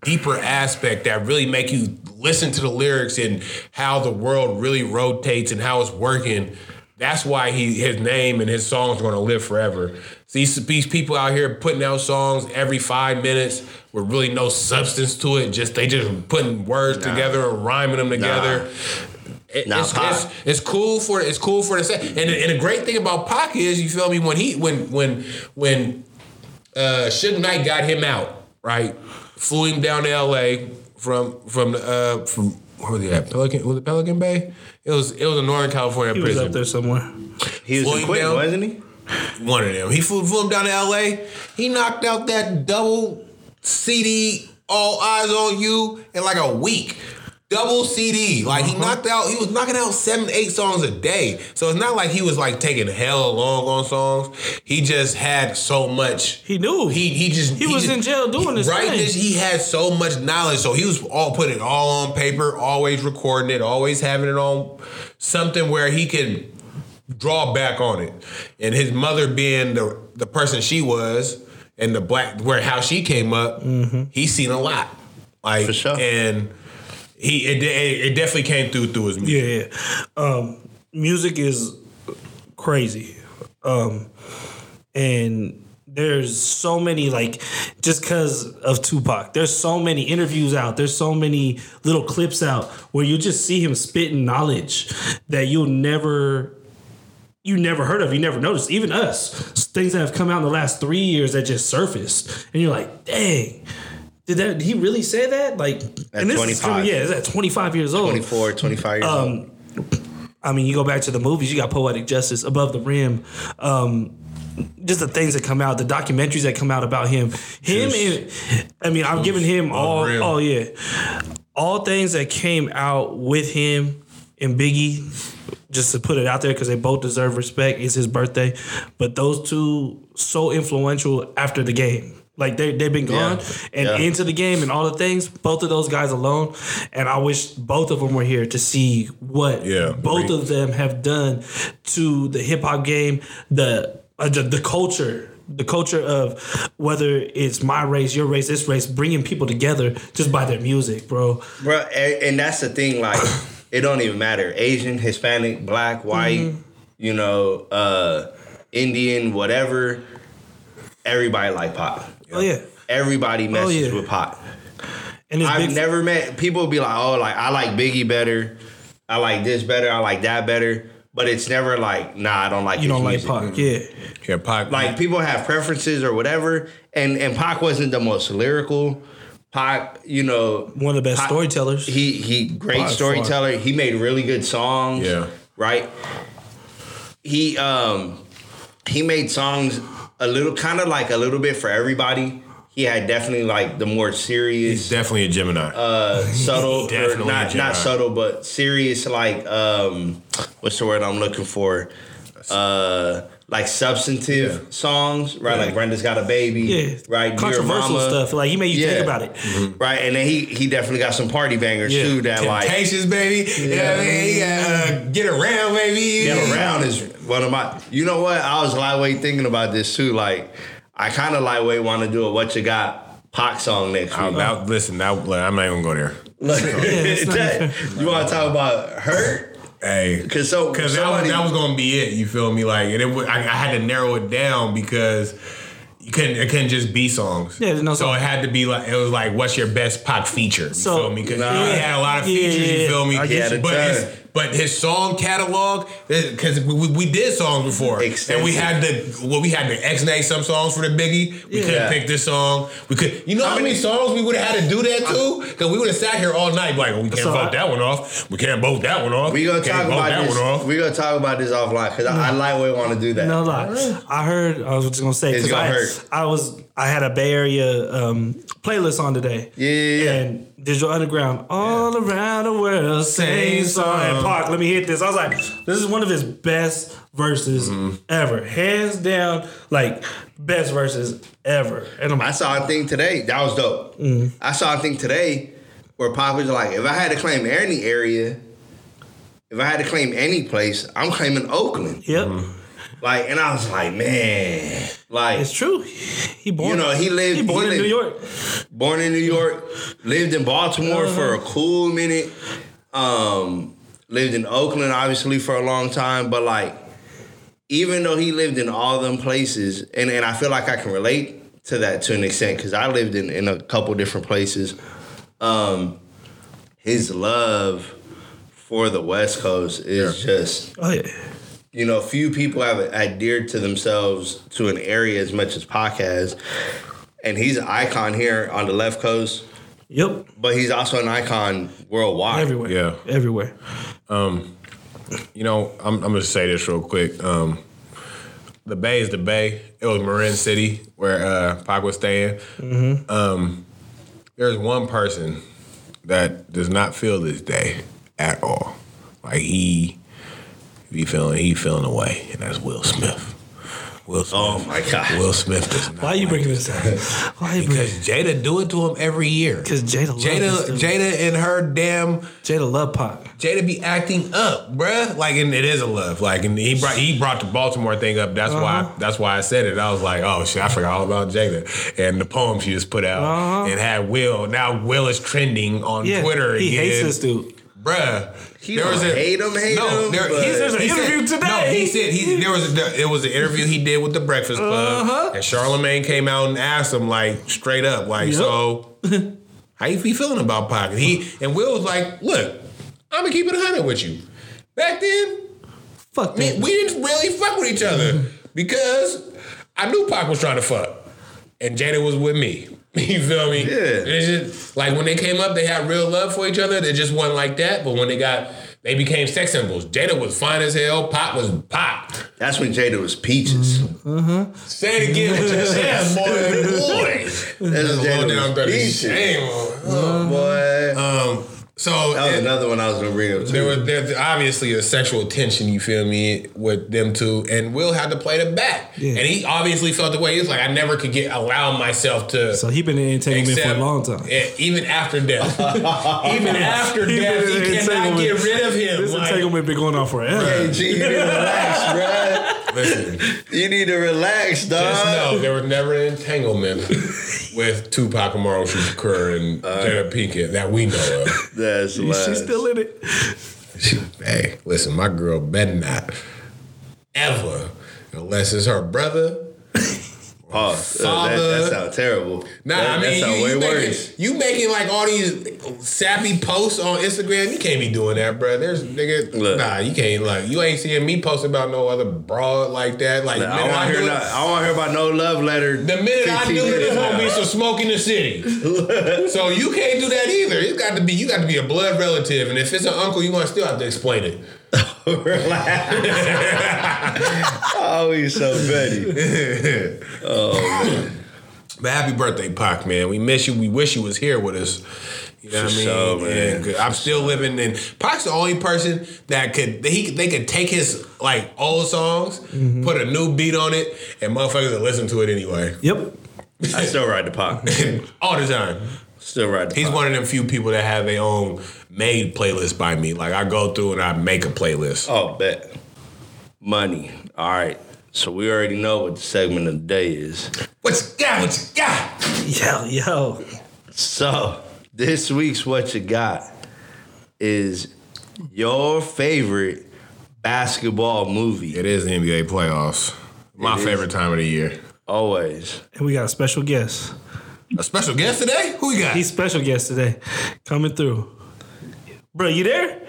S1: deeper aspect that really make you listen to the lyrics and how the world really rotates and how it's working. That's why he his name and his songs are going to live forever. These these people out here putting out songs every five minutes with really no substance to it. Just they just putting words together and rhyming them together. It-
S2: Nah,
S1: it's,
S2: Pac.
S1: it's, it's cool for it's cool for the set. And, and the great thing about Pac is you feel me when he when when when uh, Suge Knight got him out, right? Flew him down to L.A. from from uh, from where was he at? Pelican was it Pelican Bay? It was it was a Northern California
S3: He was
S1: prison.
S3: up there somewhere.
S2: he was
S1: Floyd
S2: in Quentin,
S1: Bell.
S2: wasn't he?
S1: One of them. He flew, flew him down to L.A. He knocked out that double CD, All Eyes on You, in like a week. Double CD, like
S3: Uh-huh.
S1: he knocked out. He was knocking out seven, eight songs a day. So it's not like he was like taking hell long on songs. He just had so much.
S3: He knew.
S1: He he just
S3: He was
S1: just-
S3: in jail doing his
S1: right.
S3: thing.
S1: this- he had so much knowledge, so he was all putting it all on paper, always recording it, always having it on something where he could draw back on it. And his mother being the the person she was, and the black where how she came up, he seen a lot. Like
S2: For sure.
S1: and he it, it, it definitely came through through his music.
S3: Yeah, yeah. Um, music is crazy. Um, and there's so many like just because of Tupac, there's so many interviews out, there's so many little clips out where you just see him spitting knowledge that you'll never you never heard of, you never noticed, even us. Things that have come out in the last three years that just surfaced. And you're like, dang, did that did he really say that? Like and this is
S2: 25.
S3: yeah, it's at 25 years old.
S2: 24, 25 years
S1: Um,
S2: old.
S3: I mean, you go back to the movies, you got Poetic Justice, Above the Rim, um, just the things that come out, the documentaries that come out about him. Him and, I mean, I'm giving him all,
S1: Rim.
S3: oh yeah, all things that came out with him and Biggie, just to put it out there because they both deserve respect. It's his birthday. But those two, so influential after the game. Like they they've been gone and
S2: Yeah.
S3: into the game and all the things. Both of those guys alone, and I wish both of them were here to see what
S4: Yeah,
S3: both
S4: agreed.
S3: of them have done to the hip hop game, the, uh, the the culture, the culture of whether it's my race, your race, this race, bringing people together just by their music, bro.
S2: Bro, and, and that's the thing, like, it don't even matter. Asian, Hispanic, black, white,
S1: Mm-hmm.
S2: you know, uh, Indian, whatever. Everybody like pop.
S3: Oh yeah,
S2: Everybody
S1: Oh,
S2: messes
S3: yeah.
S2: with pop.
S3: and it's
S2: I've
S3: big.
S2: never met people be like, oh, like I like Biggie better, I like this better, I like that better. but it's never like, nah, I don't like
S3: You
S2: his
S3: don't like
S2: music.
S3: Pac, yeah.
S1: Yeah, Pac.
S2: Like people have preferences or whatever, and and Pac wasn't the most lyrical. Pac, you know,
S3: One of the best
S2: Pac-
S3: storytellers.
S2: He he, great
S1: By far.
S2: storyteller. He made really good songs.
S1: Yeah.
S2: right. He um he made songs a little kind of like a little bit for everybody. He had definitely like the more serious
S1: he's definitely a Gemini.
S2: uh, subtle or
S1: Definitely
S2: not
S1: a
S2: not
S1: Jedi.
S2: subtle but serious like um what's the word I'm looking for uh like substantive songs right like Brenda's got a baby
S3: yeah.
S2: right Dear
S3: Controversial
S2: Mama,
S3: stuff. Like he made you
S2: Yeah.
S3: think about it.
S1: Mm-hmm.
S2: right and then he he definitely got some party bangers
S1: yeah.
S2: too that like
S1: Temptations, baby. Yeah, man. He got, uh, get around, baby.
S2: get around is one of my you know what I was lightweight thinking about this too like I kind of lightweight want to do a what you got Pac song next
S1: I'm
S2: week
S1: out. Listen, that, like, I'm not even gonna go there.
S2: [LAUGHS]
S3: it's not-
S2: That- you want to talk about hurt
S1: Hey,
S2: because so
S1: Because that, was-
S2: somebody-
S1: that was gonna be it. You feel me? Like, and it, wa- I, I had to narrow it down because you couldn't. It couldn't just be songs.
S3: Yeah, there's no
S1: so
S3: song.
S1: it had to be like it was like, what's your best pop feature? You
S3: So-
S1: feel me? Because
S2: Nah.
S1: he had a lot of
S3: Yeah,
S1: features.
S3: yeah,
S1: You feel me?
S2: I get you.
S1: but
S2: Yeah, the
S1: his,
S2: time.
S1: but his song catalog, because we, we- we did songs before, and we
S2: Extensive.
S1: had to well, we had to ex-nate some songs for the Biggie. We couldn't
S2: Yeah.
S1: pick this song. We could. You know how many songs we would have had to do that to? Because we would have sat here all night like, we can't
S3: So
S1: vote
S3: I-
S1: that one off. We can't vote that one off.
S2: We gonna
S1: Can't
S2: talk
S1: vote
S2: about
S1: that one off.
S2: this. We gonna talk about this offline because I, I lightweight want to do that.
S3: No lie. I heard. I was just gonna say
S2: It's
S3: because
S2: gonna
S3: I,
S2: hurt.
S3: I was I had a Bay Area um, playlist on today.
S2: Yeah, yeah, yeah.
S3: And Digital Underground, all around the world, same
S1: Same
S3: song. And
S1: song.
S3: Park, let me hit this. I was like, this is one of his best verses
S2: Mm-hmm.
S3: ever, hands down, like best verses ever. And I'm
S2: I
S3: like,
S2: saw a thing today that was dope. I saw a thing today where Pop was like, if I had to claim any area, if I had to claim any place, I'm claiming Oakland.
S3: yep,
S2: Like, and I was like, man, like
S3: it's true. He born,
S2: You know, he lived-
S3: He born
S2: he lived-
S3: in New York.
S2: born in New York, lived in Baltimore for a cool minute, um, lived in Oakland obviously for a long time, but like even though he lived in all them places, and, and I feel like I can relate to that to an extent because I lived in, in a couple different places. Um, his love for the West Coast is just
S3: Oh yeah,
S2: you know, few people have adhered to themselves to an area as much as Pac has. And he's an icon here on the left coast,
S3: yep,
S2: but he's also an icon worldwide.
S3: everywhere.
S1: Yeah.
S3: everywhere.
S1: you know, I'm, I'm gonna say this real quick. Um, the Bay is the Bay. It was Marin City where uh, Pac was staying. Um, there's one person that does not feel this day at all. Like he, he feeling he feeling away, and that's Will Smith. Will Smith.
S2: Oh my God.
S1: Will Smith does not.
S3: Why are you
S1: like
S3: bringing
S1: this
S3: this up?
S2: [LAUGHS]
S3: Why are you
S1: Because
S3: bringing?
S1: Jada do it to him every year.
S3: Because Jada, loved this
S1: Jada,
S3: dude.
S1: Jada, and her damn
S3: Jada love Pac.
S1: Jada be acting up, bruh. Like, and it is a love. Like, and he brought he brought the Baltimore thing up. That's
S3: Uh-huh.
S1: why that's why I said it. I was like, oh shit, I forgot all about Jada and the poem she just put out
S3: Uh-huh.
S1: and had Will. Now Will is trending on
S3: Yeah,
S1: Twitter
S3: he
S1: again,
S3: hates this dude.
S1: bruh.
S2: He don't hate him, hate him,
S1: there-
S2: but-
S1: he-
S3: There's an
S1: he said-
S3: interview today.
S1: No, he said he there was a, it was an interview he did with the Breakfast Club,
S3: Uh-huh.
S1: and Charlemagne came out and asked him like straight up, like
S3: Yep.
S1: so. How you be feeling about Pac? And he and Will was like, "Look, I'm gonna keep it 100 with you. Back then,
S3: Fuck
S1: me,
S3: that.
S1: we didn't really fuck with each other because I knew Pac was trying to fuck, and Jada was with me. [LAUGHS] You feel me?
S2: Yeah.
S1: And it's just like when they came up, they had real love for each other. They just wasn't like that. But when they got, they became sex symbols. Jada was fine as hell. Pop was pop.
S2: That's when Jada was peaches. [LAUGHS]
S1: Say it again with your chest, boy. Boy.
S2: That's when
S1: Slow down,
S2: Jada was
S1: thirty.
S2: peaches.
S1: Shame on.
S2: Boy.
S1: Um. So
S2: that was
S1: and-
S2: another one I was gonna bring up too.
S1: There
S3: Mm.
S1: was there's obviously a sexual tension, you feel me, with them two, and Will had to play the back,
S3: Yeah.
S1: and he obviously felt the way. He was like, I never could get allow myself to.
S3: So he been in entertainment
S1: accept-
S3: for a long time.
S1: Yeah, even after
S3: [LAUGHS]
S1: death, even after
S3: He
S1: death,
S3: been in
S1: he cannot
S3: entanglement.
S1: get rid of him.
S3: This
S1: Like,
S3: entanglement been going on forever.
S2: hey, G, [LAUGHS] you need to relax,
S3: [LAUGHS]
S1: listen,
S2: bro. You need to relax,
S1: just
S2: dog.
S1: know there was never an entanglement
S3: [LAUGHS]
S1: with Tupac Amaru Shakur and Jada Pinkett that we know of.
S2: [LAUGHS] That's
S3: She's
S2: last.
S3: still in it.
S1: hey, listen, my girl better not ever, unless it's her brother.
S2: Pause. Uh, that,
S1: Father.
S2: that sounds terrible.
S1: Nah,
S2: that,
S1: I
S2: that
S1: mean,
S2: sound
S1: you,
S2: way
S1: you,
S2: worse.
S1: making, you making like all these sappy posts on Instagram. You can't be doing that, bro. There's nigga,
S2: Look.
S1: nah, you can't. Like, you ain't seeing me post about no other broad like that. Like,
S2: I
S1: man,
S2: don't want to
S1: knew
S2: hear
S1: it-
S2: no, I want to hear about no love letter.
S1: The minute I
S2: 15
S1: knew it,
S2: minutes
S1: there's gonna
S2: now.
S1: be some smoke in the
S2: [LAUGHS]
S1: city. so you can't do that either. It's got to be you got to be a blood relative, and if it's an uncle, you gonna still have to explain it.
S2: Oh,
S1: [LAUGHS]
S2: he's so petty.
S1: Oh, But happy birthday, Pac, man. We miss you. We wish you was here with us. You know what I
S2: For
S1: mean?
S2: sure, man.
S1: And good- I'm still living in. Pac's the only person that could he they could take his like old songs, put a new beat on it, and motherfuckers would listen to it anyway. [LAUGHS]
S3: Yep.
S2: I still ride the pop.
S1: All the time.
S2: Still ride the
S1: He's
S2: pop.
S1: one of them few people that have their own made playlist by me. Like I go through and I make a playlist.
S2: Oh, bet. Money. All right. So we already know what the segment of the day is.
S1: What you got? What you got?
S3: Yo, yo.
S2: So this week's what you got is your favorite basketball movie.
S1: It is the NBA playoffs. My
S2: It is.
S1: favorite time of the year.
S2: Always.
S3: And we got a special guest.
S1: A special guest today? Who we got?
S3: He's special guest today. Coming through. Bro, you there?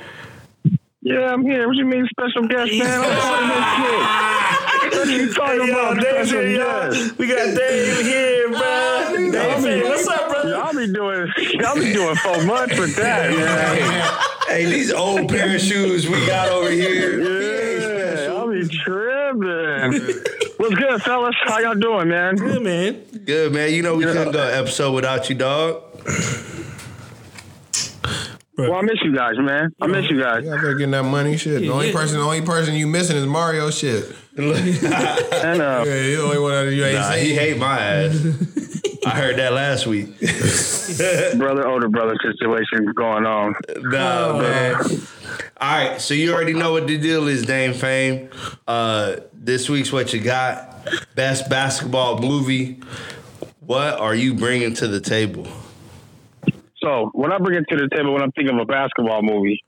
S5: Yeah, I'm here. What you mean special guest, man?
S2: [LAUGHS]
S5: I'm calling this shit. What you talking about? Special guest.
S3: We got Dave here, bro. Dave, what's up, bro?
S5: Y'all be doing y'all be doing four months with that, man.
S2: Hey, these old pair of shoes we got over here.
S5: Yeah, y'all be tripping. What's good, fellas? How y'all doing, man?
S3: Good man.
S2: Good man. You know we couldn't go an episode without you, dog.
S5: Well, I miss you guys, man. I miss you guys.
S1: Yeah, I better getting that money. Shit. The only
S3: yeah.
S1: person, the only person you missing is Mario. Shit.
S5: And uh,
S1: Yeah, you the only one that you ain't
S2: Nah, he
S1: seen.
S2: hate my ass. I heard that last week.
S5: brother, older brother situation going on. Oh,
S2: Nah, man. All right, so you already know what the deal is, Dame Fame. Uh, this week's what you got. Best basketball movie. What are you bringing to the table?
S5: So when I bring it to the table, when I'm thinking of a basketball movie,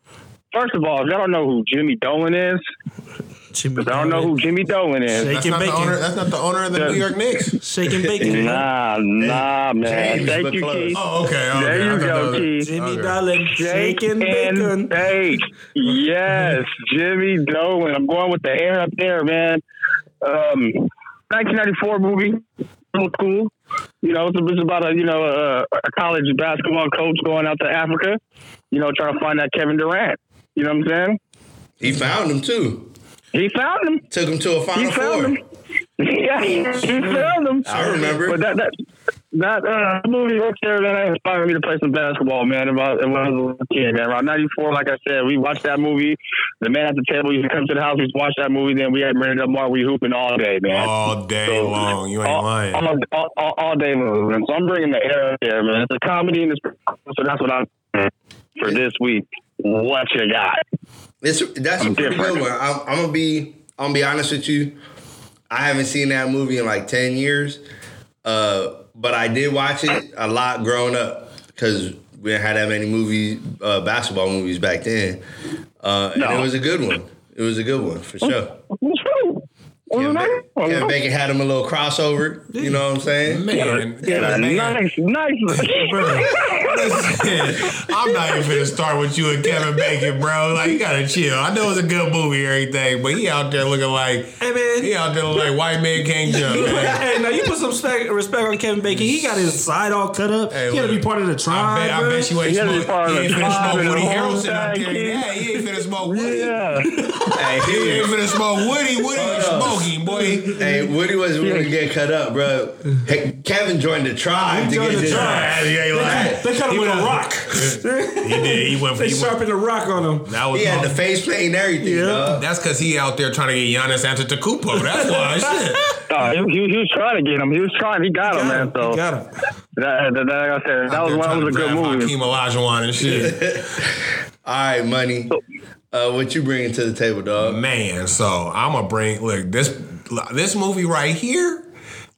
S5: first of all, if y'all don't know who Jimmy Dolan is,
S3: Jimmy.
S5: if y'all don't know who Jimmy Dolan is.
S1: That's
S3: Shake and
S1: not, the owner,
S3: bacon.
S1: that's not the owner of the
S5: Yeah.
S1: New York Knicks.
S3: Shake and bacon. man.
S5: Nah, nah, man.
S2: James,
S5: Thank
S2: but
S5: you,
S2: close.
S5: Keith.
S1: Oh, okay. okay.
S5: There
S1: I
S5: you
S1: thought
S5: go,
S1: that was-
S5: Keith.
S3: Jimmy
S1: Okay.
S3: Dolan.
S5: Shake
S3: Shake and
S5: and
S3: bacon.
S5: bake. Yes, Jimmy Dolan. I'm going with the air up there, man. Um, 1994 movie, real cool. You know, it's, it's about a you know a, a college basketball coach going out to Africa. You know, trying to find that Kevin Durant. You know what I'm saying?
S2: He found him too.
S5: He found him.
S2: Took him to a
S5: He
S2: final
S5: found
S2: four.
S5: him. yeah, [LAUGHS] he found him.
S2: I remember.
S5: But that that that uh, movie right there that inspired me to play some basketball, man. About when I was a little kid, man. Around '94, like I said, we watched that movie. The man at the table used to come to the house. We watched that movie. Then we had rented up more. We hooping all day, man.
S1: All day
S5: So-
S1: long. You ain't
S5: all,
S1: lying.
S5: All, all, all, all day long. man. So I'm bringing the air up there, man. It's a comedy, and it's so that's what I'm for this week. What you got?
S2: It's, that's a
S5: I'm
S2: pretty
S5: different.
S2: good one. I'm, I'm gonna be. I'm gonna be honest with you. I haven't seen that movie in like ten years, uh, but I did watch it a lot growing up because we didn't have that many movies, uh, basketball movies back then, uh, and
S5: No.
S2: it was a good one. It was a good one for sure.
S5: What's wrong?
S2: Kevin,
S5: What's
S2: Ba-
S5: wrong?
S2: Kevin Bacon had him a little crossover. You know what I'm saying?
S1: Man,
S5: Yeah,
S1: man,
S5: nice, nice.
S1: [LAUGHS] listen, I'm not even finna start with you and Kevin Bacon, bro. Like you gotta chill. I know it's a good movie and everything, but he out there looking like
S3: Hey, man.
S1: he out there looking like white man can't jump. Man.
S3: hey, now you put some respect, respect on Kevin Bacon. He got his side all cut up.
S1: Hey,
S3: he had to be
S1: look,
S3: part of the
S1: I
S3: tribe.
S1: bet, I
S3: bro.
S1: bet you ain't
S5: He had to be
S1: smoke.
S5: part of
S1: He ain't finna
S5: the tribe
S1: smoke
S5: and
S1: Woody
S5: the whole
S1: Harrelson up
S5: thing,
S1: there.
S5: kid.
S1: Yeah, he ain't finna smoke Woody.
S5: Yeah.
S2: Hey,
S1: He [LAUGHS]
S2: he
S1: ain't
S2: was-
S1: finna smoke Woody. Woody was smoking, boy.
S2: hey, Woody was going to get cut up, bro. Hey, Kevin joined the tribe.
S3: He
S2: to
S3: joined
S2: get
S3: the
S2: this-
S3: tribe.
S1: He ain't lying.
S3: They cut him
S1: He
S3: with a
S1: was-
S3: rock.
S1: He did. He went.
S3: [LAUGHS] They
S1: He went
S3: sharpened a rock on him.
S1: that was
S2: He had
S1: all-
S2: the face plate and everything,
S3: Yeah.
S2: dog.
S1: That's because he out there trying to get Giannis Antetokounmpo. That's why. Shit.
S5: Uh, he, he, he was trying to get him. He was trying. He got, him, man. So that,
S3: got him.
S5: that, that, like I said, that was,
S1: They're trying
S5: that was a
S1: to draft
S5: good movie.
S1: Hakeem Olajuwon and shit.
S2: All right, money. Uh, what you bringing to the table, dog?
S1: Man, so I'm gonna bring look this this movie right here.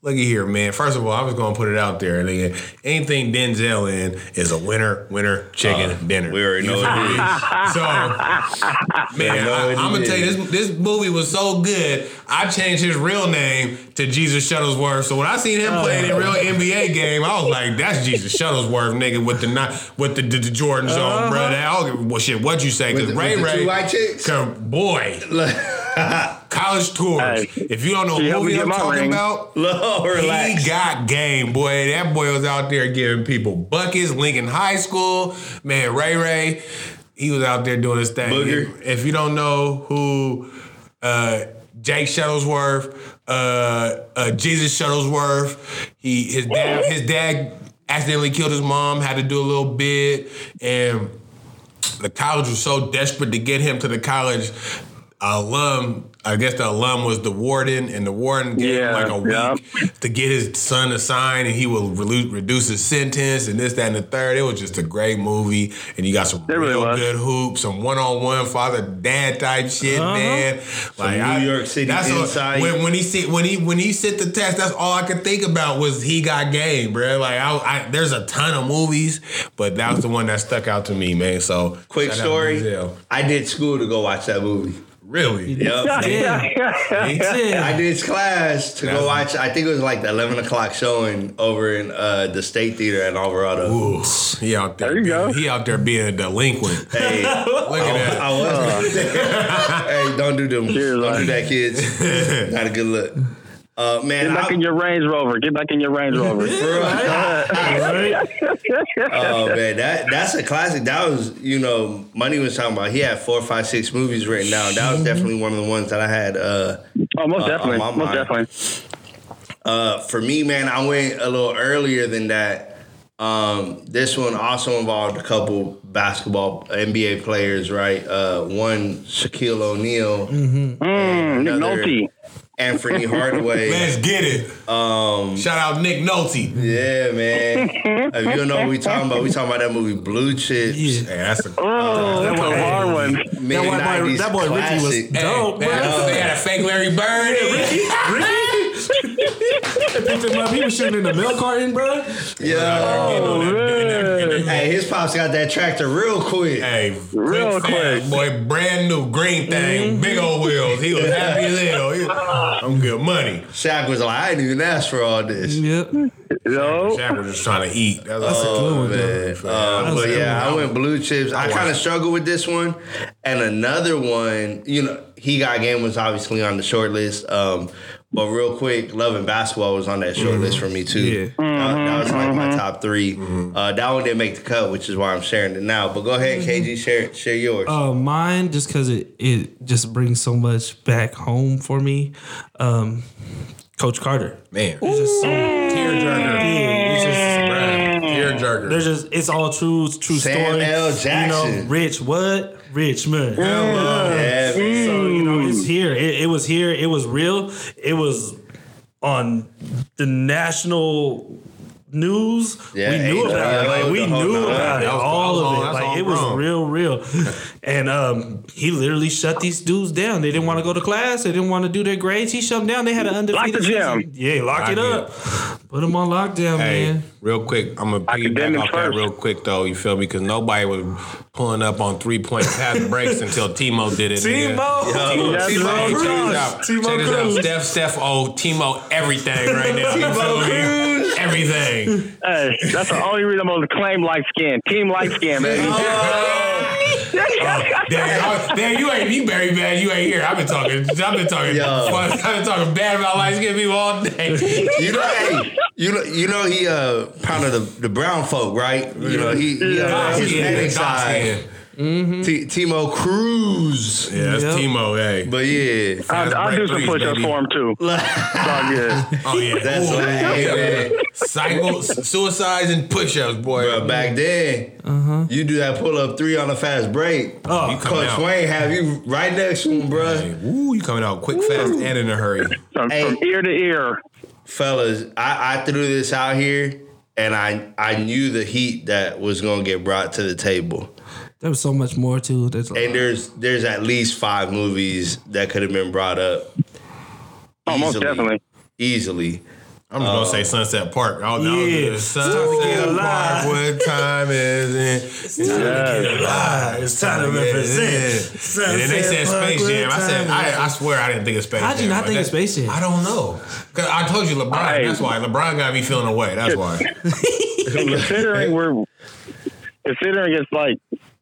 S1: Looky here, man. First of all, I was gonna put it out there. nigga. Anything Denzel in is a winner, winner, chicken dinner.
S2: Uh, We already know
S1: You
S2: it is.
S1: so, man,
S2: know
S1: I,
S2: it
S1: am gonna
S2: is.
S1: tell you this. This movie was so good. I changed his real name to Jesus Shuttlesworth. So when I seen him playing in
S2: Oh.
S1: real NBA game, I was like, "That's Jesus Shuttlesworth, nigga, with the not with the, the, the Jordans on, bro." That I don't give a- well, shit. What you say? Because
S2: Uh-huh. With the-
S1: Ray
S2: with the
S1: Ray,
S2: two white chicks?
S1: come- boy,
S5: [LAUGHS]
S2: [LAUGHS]
S1: college tours.
S5: Hey,
S1: if you don't know
S5: she helped
S1: what movie
S5: me get
S1: I'm
S5: my
S1: talking
S5: ring.
S1: about.
S2: Lord, relax.
S1: He got game, boy. That boy was out there giving people buckets. Lincoln High School, man. Ray Ray, he was out there doing his thing.
S2: Booger.
S1: If you don't know who uh, Jake Shuttlesworth, uh, uh, Jesus Shuttlesworth, he his dad his dad accidentally killed his mom. Had to do a little bit and the college was so desperate to get him to the college alum. I guess the alum was the warden, and the warden gave
S5: Yeah,
S1: him like a week
S5: yeah.
S1: to get his son to sign, and he will relu- reduce his sentence, and this, that, and the third. It was just a great movie, and you got some
S5: It really
S1: real
S5: was.
S1: good hoops, some one on one father dad type shit, man. Like
S2: New York City
S1: all-
S2: inside.
S1: when, when he sit when he when he sit the test, that's all I could think about was he got game, bro. Like I, I there's a ton of movies, but that was the one that stuck out to me, man. So
S2: Quick
S1: shout out
S2: story.
S1: Denzel.
S2: I did school to go watch that movie.
S1: Really?
S5: [LAUGHS]
S2: Yep.
S3: Yeah.
S2: I did class to go watch. I think it was like the eleven o'clock showing over in uh, the State Theater in Alvarado.
S1: Ooh, he out there.
S5: There you
S1: being,
S5: go.
S1: He out there being a delinquent.
S2: Hey,
S1: Look at
S2: I
S5: [LAUGHS]
S2: was. [LAUGHS] hey, don't do them.
S5: You're
S2: don't do
S5: lying.
S2: that, [LAUGHS] kids. Not a good look. Uh, man,
S5: Get back
S2: I, [LAUGHS]
S5: in your Range Rover. Get back in your Range Rover.
S3: [LAUGHS]
S2: oh man, that that's a classic. That was you know, Money was talking about. He had four, five, six movies written down. That
S3: Mm-hmm.
S2: was definitely one of the ones that I had. Uh,
S5: Oh, most
S2: Uh,
S5: definitely.
S2: on my
S5: Most
S2: mind.
S5: definitely.
S2: Uh, for me, man, I went a little earlier than that. Um, this one also involved a couple basketball NBA players, right? Uh, one Shaquille O'Neal,
S3: Mm-hmm.
S5: Mm, Nick
S2: Another-
S5: Nolte.
S2: Anthony
S3: [LAUGHS]
S1: that.
S2: Hardaway.
S1: Let's get it. Um, Shout out Nick Nolte. Man,
S2: yeah,
S5: [LAUGHS]
S2: man. if you don't know what we talking about, we talking about that movie Blue Chips.
S3: Yeah.
S1: that's a
S5: Oh, that was a hard one.
S2: Mid-
S3: That white boy-
S2: 90s
S3: that boy Ricky was-
S2: classic.
S1: Hey,
S3: Dope,
S1: man,
S3: bro.
S1: They had a fake Larry Bird.
S3: [LAUGHS] Picked him up. He was shooting in the milk carton, bro.
S2: Yeah.
S1: Oh,
S2: Hey, his pops got that tractor real quick.
S1: Hey,
S5: Real
S1: fat
S5: quick.
S1: boy, brand new green thing,
S3: Mm-hmm.
S1: big old wheels. He was happy as hell. He- I'm good money.
S2: Shaq was like, I didn't even ask for all this.
S3: Yep.
S5: Yo.
S1: Shaq was just trying to eat. That's,
S3: Oh. That's a
S1: all.
S3: good one,
S2: Man,
S3: though.
S2: uh, but
S3: That's
S2: yeah,
S3: cool.
S2: I went blue chips. I kind of struggled with this one, and another one. You know, he got game was obviously on the short list. Um, but real quick, love and basketball was on that short list for me too.
S3: Yeah.
S2: That, that was like my top 3 Uh, that one didn't make the cut, which is why I'm sharing it now. But go ahead, KG, share share yours.
S3: Uh, mine, just because it, it just brings so much back home for me. Um, Coach Carter.
S1: man. Um,
S3: It's just so
S1: Tearjerker.
S3: Yeah, it's just-
S1: Bruh, Tearjerker.
S3: There's just it's all true, it's true
S2: Sam
S3: story.
S2: L.
S3: You
S2: Jackson.
S3: know, Rich what? Rich man.
S2: yeah, man.
S3: So you know,
S1: Hmm.
S3: it's here. It, it was here. It was real. It was on the national news.
S2: Yeah,
S3: we knew
S2: ain't
S3: about it.
S2: no-
S3: Like we
S2: the whole
S3: knew
S2: nine.
S3: about it.
S1: That was
S3: All
S1: all-
S3: of it.
S1: that's
S3: Like
S1: all
S3: it was
S1: wrong. [LAUGHS]
S3: real, real. And um, he literally shut these dudes down. They didn't want to go to class. They didn't want to do their grades. He shut them down. They had an undefeated.
S5: the gym.
S3: season. Yeah, lock,
S1: Lock
S3: it
S1: it.
S3: up. Put them on lockdown,
S1: Hey,
S3: man.
S1: real quick, I'm gonna piggyback
S5: Academics
S1: off that
S5: first.
S1: real quick though. You feel me? Because nobody was pulling up on three point pass
S3: [LAUGHS]
S1: breaks until Timo did it. nigga.
S3: Timo,
S1: Timo,
S2: Yo,
S5: Timo
S1: check
S5: Cruz.
S1: this out. check this out. Steph, Steph, oh, Timo, everything right now. Timo Cruz, everything.
S5: Hey, that's the only reason I'm going to claim light skin. Team light
S2: Mm.
S5: skin, man.
S1: Damn, y'all- damn, you ain't you very bad. You ain't here. I've been talking. I've been talking.
S2: Yo.
S1: I've been talking bad about light skinned people all day.
S2: You know, hey, you know, you know, he uh, pounded the, the brown folk, right? You know, he, he uh,
S1: Dark
S2: his
S1: skin,
S2: Hispanic
S1: dark
S2: side,
S1: skin.
S2: T- Timo Cruz.
S1: Yeah, that's
S3: Yep.
S1: Timo. Hey,
S2: But yeah,
S5: I'll, I'll do some push ups for him, too.
S2: [LAUGHS]
S5: It's all good.
S1: Oh [LAUGHS] yeah,
S2: That's
S1: Ooh,
S2: what I
S1: [LAUGHS]
S2: hate, man.
S1: Cycle suicides and push-ups, boy.
S2: Bro, back then, you do that pull up three on a fast break.
S1: you
S3: Oh,
S1: coming
S2: Coach
S1: out?
S2: Wayne have you right next to him, bro.
S1: Hey, Ooh, you coming out quick, fast, and in a hurry.
S5: From,
S2: Hey.
S5: from ear to ear.
S2: Fellas, I, I threw this out here, and I I knew the heat that was gonna get brought to the table.
S3: there was so much more too. That's
S2: And there's there's at least five movies that could have been brought up
S5: Oh, most
S2: Easily.
S5: definitely.
S2: easily.
S1: I'm just gonna say Sunset Park. I was, I was
S3: Yeah.
S1: doing
S3: It's
S1: Sunset
S3: time to get alive.
S1: Park. What time is it? It's time to get alive. It's
S3: time to
S1: get
S3: represent.
S1: it. And then they
S3: Sunset
S1: said
S3: Park,
S1: Space
S3: what
S1: Jam. I said,
S3: time is
S1: I, I swear I didn't think of Space Jam.
S3: How'd you not
S1: but
S3: think of
S1: that-
S3: Space Jam?
S1: I don't know. 'Cause I told you LeBron.
S5: Hey.
S1: That's why LeBron got me feeling away. That's why.
S5: And considering we're considering it's like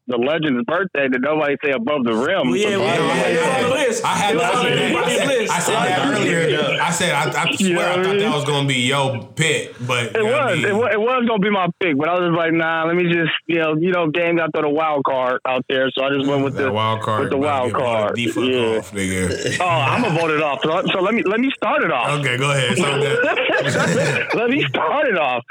S5: the legend's birthday that nobody say above the rim.
S3: Well, yeah,
S5: LeBron-
S3: well,
S1: Yeah,
S3: It's
S1: yeah,
S3: on the
S1: yeah.
S3: list.
S1: I had
S3: It's
S1: that.
S3: on
S1: I
S3: the
S1: said-
S3: list.
S1: I said that earlier. I said I, I
S5: You know
S1: swear I
S5: what I
S1: thought
S5: mean?
S1: that was gonna be yo pit, but
S5: It
S1: you know what I
S5: was,
S1: mean?
S5: it was. It was gonna be my pick, but I was like, nah. Let me just, you know, you know, Dame got to the wild card out there, so I just went with
S1: That
S5: the
S1: wild card.
S5: With the
S1: about to
S5: wild
S1: get
S5: card.
S1: the fuck
S5: Yeah.
S1: off, nigga.
S5: Oh, I'm gonna vote it off. So, so let me let me start
S1: [LAUGHS]
S5: it off.
S1: Okay, go ahead.
S5: [LAUGHS]
S1: So that,
S5: Let me start it off.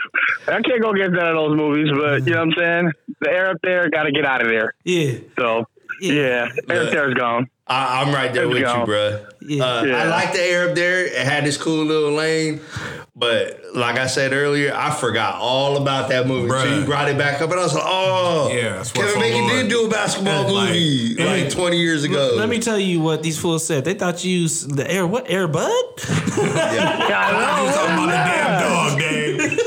S5: I can't go get none of those movies, but you know what I'm saying. The air up there got to get out of there.
S3: Yeah.
S5: So yeah, air up
S2: Look.
S5: there's gone.
S2: I, I'm right there
S5: Let's
S2: with you,
S5: go.
S2: bruh.
S3: Yeah.
S2: Uh, I
S5: Yeah.
S2: like the air up there. It had this cool little lane, but like I said earlier, I forgot all about that movie. So
S1: Bruh.
S2: you brought it back up, and I was like, "Oh,
S1: Yeah, I swear
S2: Kevin
S1: for
S2: Bacon
S1: Lord.
S2: did do a basketball
S1: Like-
S2: movie like, 20 years ago."
S1: Oh.
S3: Let me tell you what these fools said. They thought you used the air what air bud? [LAUGHS]
S5: [LAUGHS] Oh,
S1: I'm talking about the damn dog, Dave.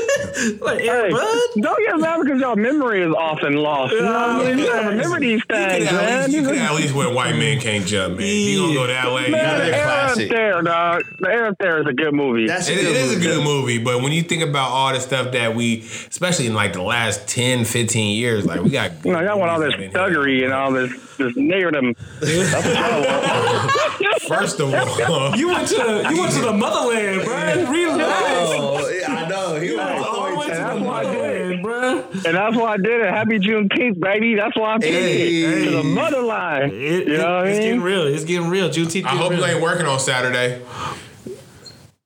S3: Like air
S5: Hey,
S3: bud?
S5: don't get mad because y'all memory is often lost. You know what I mean? You gotta remember these
S1: You
S5: things,
S1: could at
S5: man.
S1: least- You
S5: These
S1: could
S5: are-
S1: at least win White Man Can't Jump, man. You gonna go that way.
S5: Man,
S2: gotta-
S5: the air
S2: classic.
S5: up there, dog. The air up there is a good movie.
S2: That's a
S1: It,
S2: good
S1: it is a
S2: movie.
S1: good movie, but when you think about all the stuff that we, especially in like the last 10, 15 years, like we got.
S5: you know, y'all want all this
S1: movies up in here.
S5: thuggery and all this this nerdum. That's what y'all
S3: [LAUGHS]
S5: want.
S1: [LAUGHS] First of
S5: [LAUGHS]
S1: all,
S3: You went to the you went to the motherland, bruh. Relax.
S2: Oh, yeah, I know. He was
S3: I
S2: always
S3: went to
S2: telling
S3: the
S2: me.
S3: motherland, bruh.
S5: and that's why I did it. Happy Juneteenth, baby. That's why I did
S2: Hey.
S5: it to the motherland.
S3: It-
S5: you
S3: it-
S5: know what I
S3: it's getting
S5: mean?
S3: real. It's getting real. Juneteenth.
S1: I
S3: getting
S1: hope
S3: real.
S1: you ain't working on Saturday.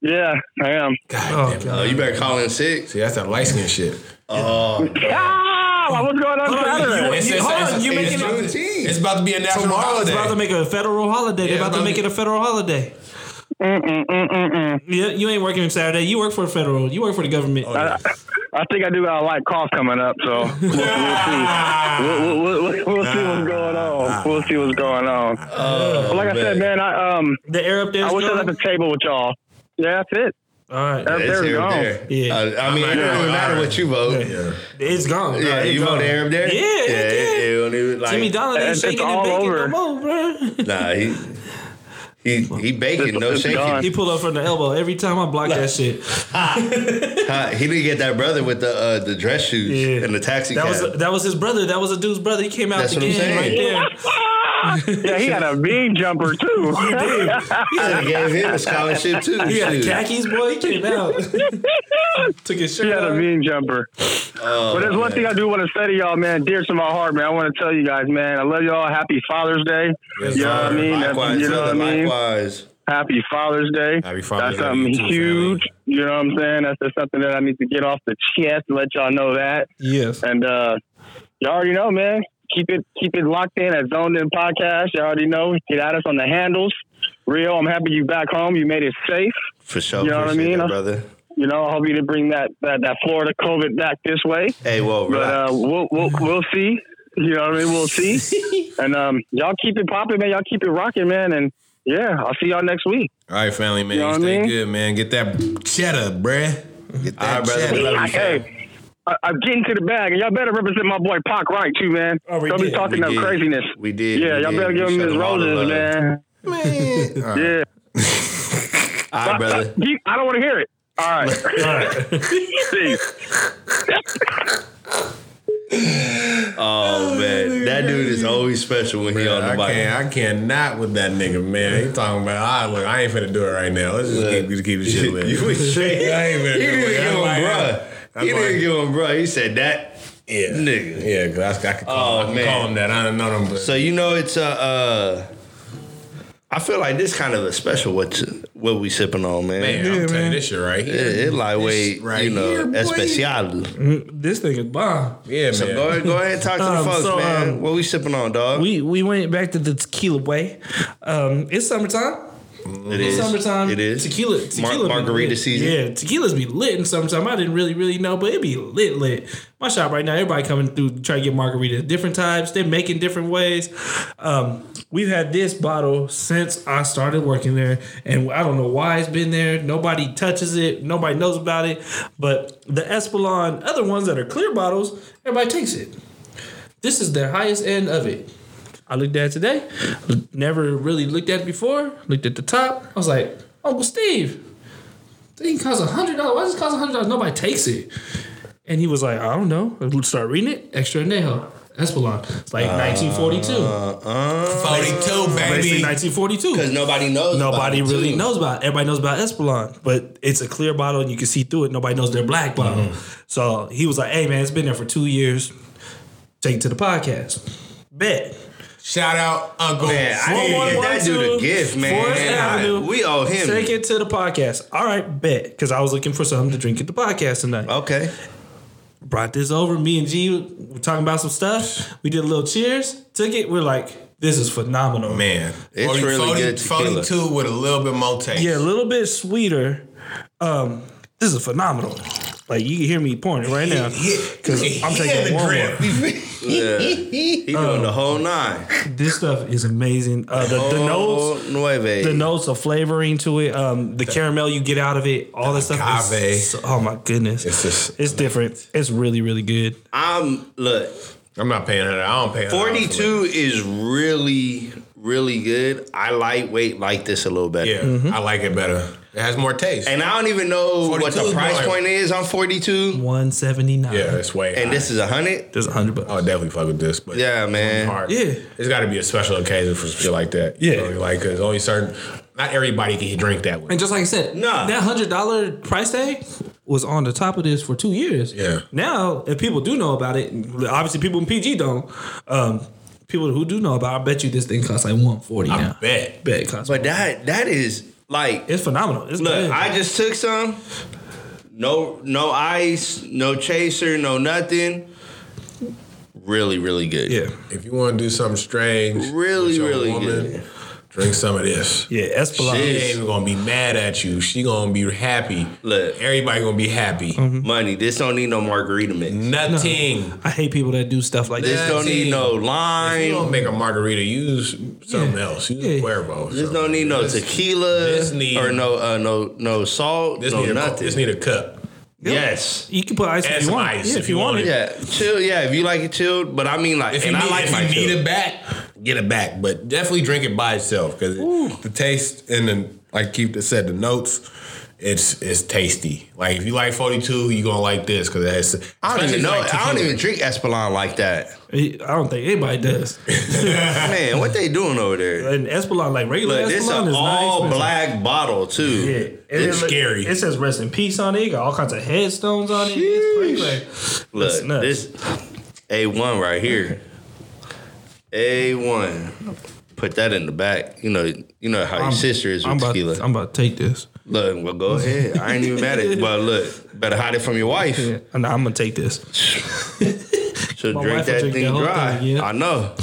S5: Yeah, I am.
S3: Oh, God.
S2: Oh, you better call in six.
S1: See, that's that light skin shit.
S5: Ah, what's going on
S3: Hold on,
S5: Saturday?
S3: you- you- hold on, you making
S1: about
S2: it-
S1: to- It's about to be a national
S3: Tomorrow it's
S1: holiday.
S3: about to make a federal holiday. They're
S1: Yeah,
S3: about to
S1: about
S3: make
S1: to-
S3: it a federal holiday.
S5: Mm,
S3: Yeah, you ain't working on Saturday. You work for the federal. You work for the government.
S1: Oh,
S5: I think I do got a light cough coming up, so we'll, we'll
S1: [LAUGHS]
S5: see. We'll, we'll, we'll, we'll see
S3: Ah.
S5: what's going on. We'll see what's going on. but like I
S2: Oh,
S5: said, man, I um,
S3: the air up there.
S5: I wish I was at the table with y'all. Yeah, that's it.
S3: All right,
S5: Up
S2: It's
S5: there,
S2: here
S5: gone.
S2: and there.
S3: Yeah.
S2: Uh, I mean, it don't even matter what you vote. Yeah,
S3: it's gone. Yeah, it's
S2: you
S3: gone.
S2: vote air up there.
S3: Yeah,
S2: it-
S3: heck yeah.
S2: it don't even, like,
S3: Jimmy Donald ain't
S5: It's- it's
S3: shaking and
S5: all
S3: baking
S5: over.
S3: no more, bruh. [LAUGHS]
S2: Nah, he he he baking, no
S5: It's gone.
S2: shaking.
S3: He pulled up from the elbow every time I block that shit.
S2: Huh, He didn't get that brother with the uh, the dress shoes
S3: Yeah.
S2: and the taxi
S3: That
S2: cab.
S3: was that was his brother. That was a dude's brother. He came out
S2: That's
S3: the
S2: what I'm
S3: game right
S2: saying.
S3: there.
S5: yeah, he had a beam jumper too.
S2: I gave him a scholarship too.
S3: He got
S2: shoot.
S3: khakis, boy. He came
S5: [LAUGHS]
S3: out. Took his
S5: he
S3: shirt
S5: had a
S3: off.
S5: beam jumper.
S2: Oh,
S5: but there's one thing I do want to say to y'all, man, dear to my heart, man. I want to tell you guys, man, I love y'all. Happy Father's Day. you know what I
S1: sir.
S5: mean?
S2: Likewise,
S5: you know what I
S2: brother,
S5: mean?
S2: likewise.
S5: Happy Father's Day.
S1: Happy Father's
S5: That's
S1: Day to
S5: something
S1: you too,
S5: huge. You know what I'm saying? That's just something that I need to get off the chest and let y'all know that.
S3: Yes.
S5: And uh y'all already know, man. Keep it keep it locked in at Zoned In Podcast. Y'all already know. Get at us on the handles. Rio, I'm happy you back home. You made it safe.
S2: For sure.
S5: You know what I
S2: appreciate
S5: mean?
S2: that, brother.
S5: You know, I hope you didn't bring that, that, that Florida COVID back this way.
S2: Hey, whoa,
S5: But
S2: relax.
S5: uh, we'll, we'll we'll see. You know what I mean? We'll see. and um, y'all keep it popping, man. Y'all keep it rocking, man. And yeah, I'll see y'all next week.
S1: All right, family, man.
S5: You know
S1: you
S5: what I
S1: stay
S5: mean?
S1: good, man. Get that cheddar, bruh. Get
S2: All
S1: that
S2: right, brother, we
S1: cheddar.
S2: love you.
S5: Hey, I, I'm getting to the bag, and y'all better represent my boy Pac right too, man.
S3: Oh, we
S5: Don't be
S3: did.
S5: talking
S2: We
S5: no
S2: did.
S5: craziness.
S2: We did.
S5: Yeah,
S2: we
S5: y'all
S2: did.
S5: better give
S2: We
S5: him
S2: showed
S5: his
S2: all the
S5: roses,
S2: love.
S5: man. [LAUGHS] Yeah,
S2: All right, brother.
S5: He- I don't want to hear it. All right, [LAUGHS] Peace.
S2: Oh man, that dude is always special when he on
S1: I
S2: the mic.
S1: can't, I cannot with that nigga, man. He talking about, I look, I ain't finna do it right now. Let's just keep, just keep
S2: [LAUGHS]
S1: the shit lit.
S2: You
S1: [LAUGHS]
S2: was
S1: I
S2: straight.
S1: ain't finna
S2: He
S1: do
S2: didn't
S1: it.
S2: give
S1: That's
S2: him
S1: why-
S2: bruh.
S1: that's
S2: He
S1: why-
S2: didn't give him bruh. He said that
S1: Yeah,
S2: nigga.
S1: Yeah, cause I, I could
S2: Oh,
S1: call, I could
S2: man.
S1: call him that. I don't know them, but
S2: So you know it's a. Uh, I feel like this kind of a special what what we sipping on, man.
S1: man, I'm telling you this shit right
S2: It,
S1: here.
S2: it lightweight,
S1: right
S2: you know,
S1: here, boy.
S2: especial.
S3: This thing is bomb.
S1: Yeah,
S2: So
S1: man.
S2: go ahead, go ahead and talk to
S3: Um,
S2: the folks,
S3: so,
S2: man.
S3: um,
S2: what we sipping on, dog?
S3: We we went back to the tequila way. Um, it's summertime.
S2: It is.
S3: Summertime.
S2: It is.
S3: Tequila. tequila be
S2: margarita
S3: lit.
S2: season.
S3: Yeah, tequila's be lit in summertime. I didn't really, really know, but it be lit, lit. My shop right now, everybody coming through to try to get margarita. Different types. They're making different ways. Um, we've had this bottle since I started working there, and I don't know why it's been there. Nobody touches it. Nobody knows about it. But the Espolon, other ones that are clear bottles, everybody takes it. This is the highest end of it. I looked at it today. Never really looked at it before. Looked at the top. I was like, Uncle Steve, thing costs a hundred dollars. Why does it cost a hundred dollars? Nobody takes it. And he was like, I don't know. Let's start reading it. Extra añejo. Espolon. It's like 1942.
S1: Forty-two,
S3: Basically
S1: baby.
S3: 1942.
S2: Because nobody knows.
S3: Nobody
S2: about it,
S3: really
S2: too.
S3: knows about it. Everybody knows about Espolon, but it's a clear bottle and you can see through it. Nobody knows their black bottle. So he was like, hey, man, it's been there for two years. Take it to the podcast. Bet.
S1: Shout out Uncle.
S2: Man, I
S1: Steve.
S2: didn't get that dude a
S3: 412,
S2: gift, man.
S3: Forest Avenue.
S2: we owe him.
S3: Take it to the podcast. All right, bet. Because I was looking for something to drink at the podcast tonight. [LAUGHS]
S2: Okay.
S3: Brought this over. Me and G were talking about some stuff. We did a little cheers. Took it. We're like, this is phenomenal.
S1: Man,
S2: It's really good tequila.
S1: 42 with a little bit more taste.
S3: Yeah, a little bit sweeter. Um, this is phenomenal. Like you can hear me pouring it right now. Because I'm taking one more.
S2: Yeah. he doing the whole nine.
S3: This stuff is amazing. Uh, Um, the, the
S2: Whole
S3: nose.
S2: nueve.
S3: the notes of flavoring to it, um, the caramel you get out of it, all that stuff.
S1: agave.
S3: Is so, oh my goodness, it's,
S1: It's just-
S3: different. It's really really good.
S2: I'm look.
S1: I'm not paying her. I don't pay her.
S2: Forty-two is really, really good. I lightweight like this a little better.
S1: Yeah,
S3: Mm-hmm.
S1: I like it better. It has more taste.
S2: And I don't even know what
S1: 42
S2: the
S1: is
S2: price
S1: more.
S2: point is on forty-two.
S3: One seventy nine.
S1: yeah, Oh, it's way.
S2: And this is a hundred.
S3: there's hundred bucks.
S1: I would definitely fuck with this, but
S2: Yeah, man.
S1: hard.
S3: Yeah.
S1: it's got to be a special occasion for shit like that.
S3: Yeah.
S1: You know, like because only certain, not everybody can drink that one.
S3: and just like I said,
S2: Nah.
S3: that hundred dollar price tag was on the top of this for two years.
S1: Yeah.
S3: Now, if people do know about it, obviously people in PG don't. Um, people who do know about, it, I bet you this thing costs like one forty now.
S1: Bet.
S3: bet it costs.
S2: But that that is like
S3: it's phenomenal. It's
S2: Look,
S3: good.
S2: I just took some. No, no ice, no chaser, no nothing. Really, really good.
S3: yeah.
S1: If you want to do something strange,
S2: Really,
S1: with your
S2: really good.
S1: Drink some of this.
S3: Yeah, Espelon.
S1: She
S2: Shit.
S1: ain't even gonna be mad at you. She gonna be happy.
S2: Look.
S1: everybody gonna be happy.
S3: Mm-hmm.
S2: Money. This don't need no margarita mix.
S1: Nothing.
S3: I hate people that do stuff like
S2: This
S3: that.
S2: don't need no
S1: If you don't
S2: lime.
S1: make a margarita, use something
S3: Yeah.
S1: else. Use
S3: Yeah.
S1: a cuervo. or
S2: This
S1: something.
S2: don't need no
S1: This-
S2: tequila
S1: this need-
S2: or no uh, no no salt.
S1: This
S2: no
S1: need a,
S2: nothing.
S1: This need a cup.
S2: yes.
S3: You can put ice
S1: And
S3: if you
S1: some
S3: want.
S1: ice
S3: yeah, if you want it.
S2: Yeah, chill. Yeah, if you like it chilled, but I mean like,
S1: If you
S2: and
S1: need,
S2: I like
S1: if
S2: my
S1: you need
S2: chill.
S1: it back, get it back. But definitely drink it by itself because the taste and the like. Keep the said the notes. It's it's tasty. Like if you like forty two, you gonna like this because it has.
S2: I don't even
S1: especially
S2: know.
S1: like
S2: I don't
S1: tequila.
S2: even drink Espolon
S1: [LAUGHS]
S2: like that.
S3: I don't think anybody does.
S2: Man, what they doing over there?
S3: And Espelon, like regular
S2: Look,
S3: Espelon,
S2: this
S3: is
S2: is an
S3: not
S2: all
S3: expensive.
S2: black bottle too.
S3: Yeah, And
S1: It's
S3: it-
S1: scary.
S3: It says rest in peace on it. It Got all kinds of headstones on it. It's pretty like-
S2: Look,
S3: That's nuts.
S2: this A1 right here. A1. Put that in the back. You know, you know how your sister is with
S3: I'm about,
S2: tequila.
S3: I'm about to take this.
S2: look, well, go ahead. I ain't even mad
S3: [LAUGHS]
S2: at you, but look, better hide it from your wife.
S3: Yeah, and I'm gonna take this.
S2: She'll
S3: My
S2: drink
S3: wife will
S2: that
S3: drink
S2: thing
S3: that whole
S2: dry.
S3: thing, yeah.
S2: I know.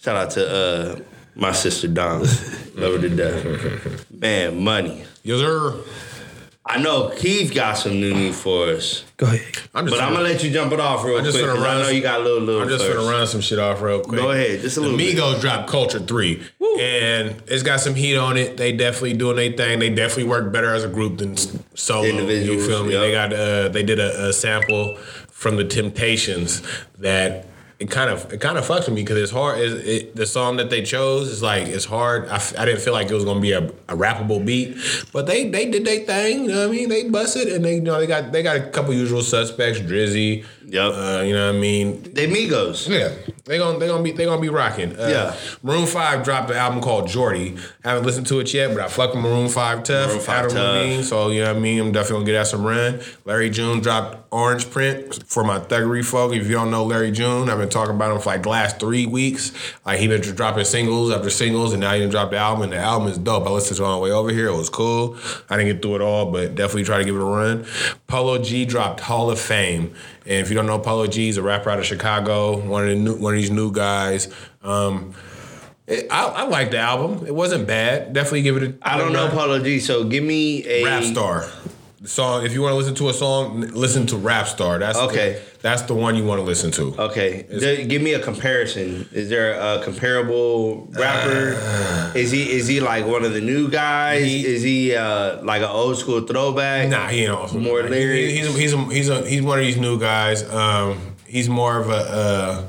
S2: Shout out to uh, my sister
S3: [LAUGHS]
S2: Don. Love her to death. Man, money.
S1: Yes, sir.
S2: I know Keith got some new news for us,
S3: Go ahead.
S1: I'm just.
S2: but I'm
S1: gonna,
S2: gonna let you jump it off real
S1: I'm just
S2: quick.
S1: gonna
S2: 'cause I
S1: run
S2: know
S1: some-
S2: you got a little little.
S1: I'm just
S2: first.
S1: gonna run some shit off real quick.
S2: Go ahead, just a little. bit.
S1: Migos dropped Culture 3. And it's got some heat on it. They definitely doing their thing. They definitely work better as a group than s- solo.
S2: Individuals,
S1: you feel me?
S2: yep.
S1: They got uh they did a, a sample from the Temptations that it kind of it kind of fucks with me because it's hard. It, it, the song that they chose is like it's hard. I, f- I didn't feel like it was gonna be a, a rappable beat, but they they did their thing. You know what I mean? They busted and they you know they got they got a couple usual suspects, Drizzy.
S2: Yep.
S1: Uh, you know what I mean?
S2: They Migos.
S1: Yeah, they gonna they gonna be they gonna be rocking. Uh,
S2: Yeah.
S1: Maroon Five dropped an album called Jordy. haven't listened to it yet, but I fuck with Maroon Five tough.
S2: Maroon 5
S1: Adam
S2: tough.
S1: Levine, so you know what I mean. I'm definitely gonna get out some run. Larry June dropped Orange Print for my thuggery folk. If you don't know Larry June, I've been talking about him for like the last three weeks. Like he been dropping singles after singles, and now he done dropped the album. And the album is dope. I listened to it on the way over here. It was cool. I didn't get through it all, but definitely try to give it a run. Polo G dropped Hall of Fame, and if you don't know Polo G, he's a rapper out of Chicago. One of the new, one of these new guys. Um, It, I, I like the album. It wasn't bad. Definitely give it. a
S2: I don't know Paulo G. So give me a
S1: Rap Star. The song. If you want to listen to a song, n- listen to Rap Star. That's
S2: Okay.
S1: The, that's the one you want to listen to.
S2: Okay, Th- give me a comparison. Is there a comparable rapper?
S1: Uh,
S2: is he is he like one of the new guys? is he uh, like an old school throwback?
S1: Nah, he ain't also
S2: More lyrics.
S1: He's he's a, he's a, he's one of these new guys. Um, he's more of a. Uh,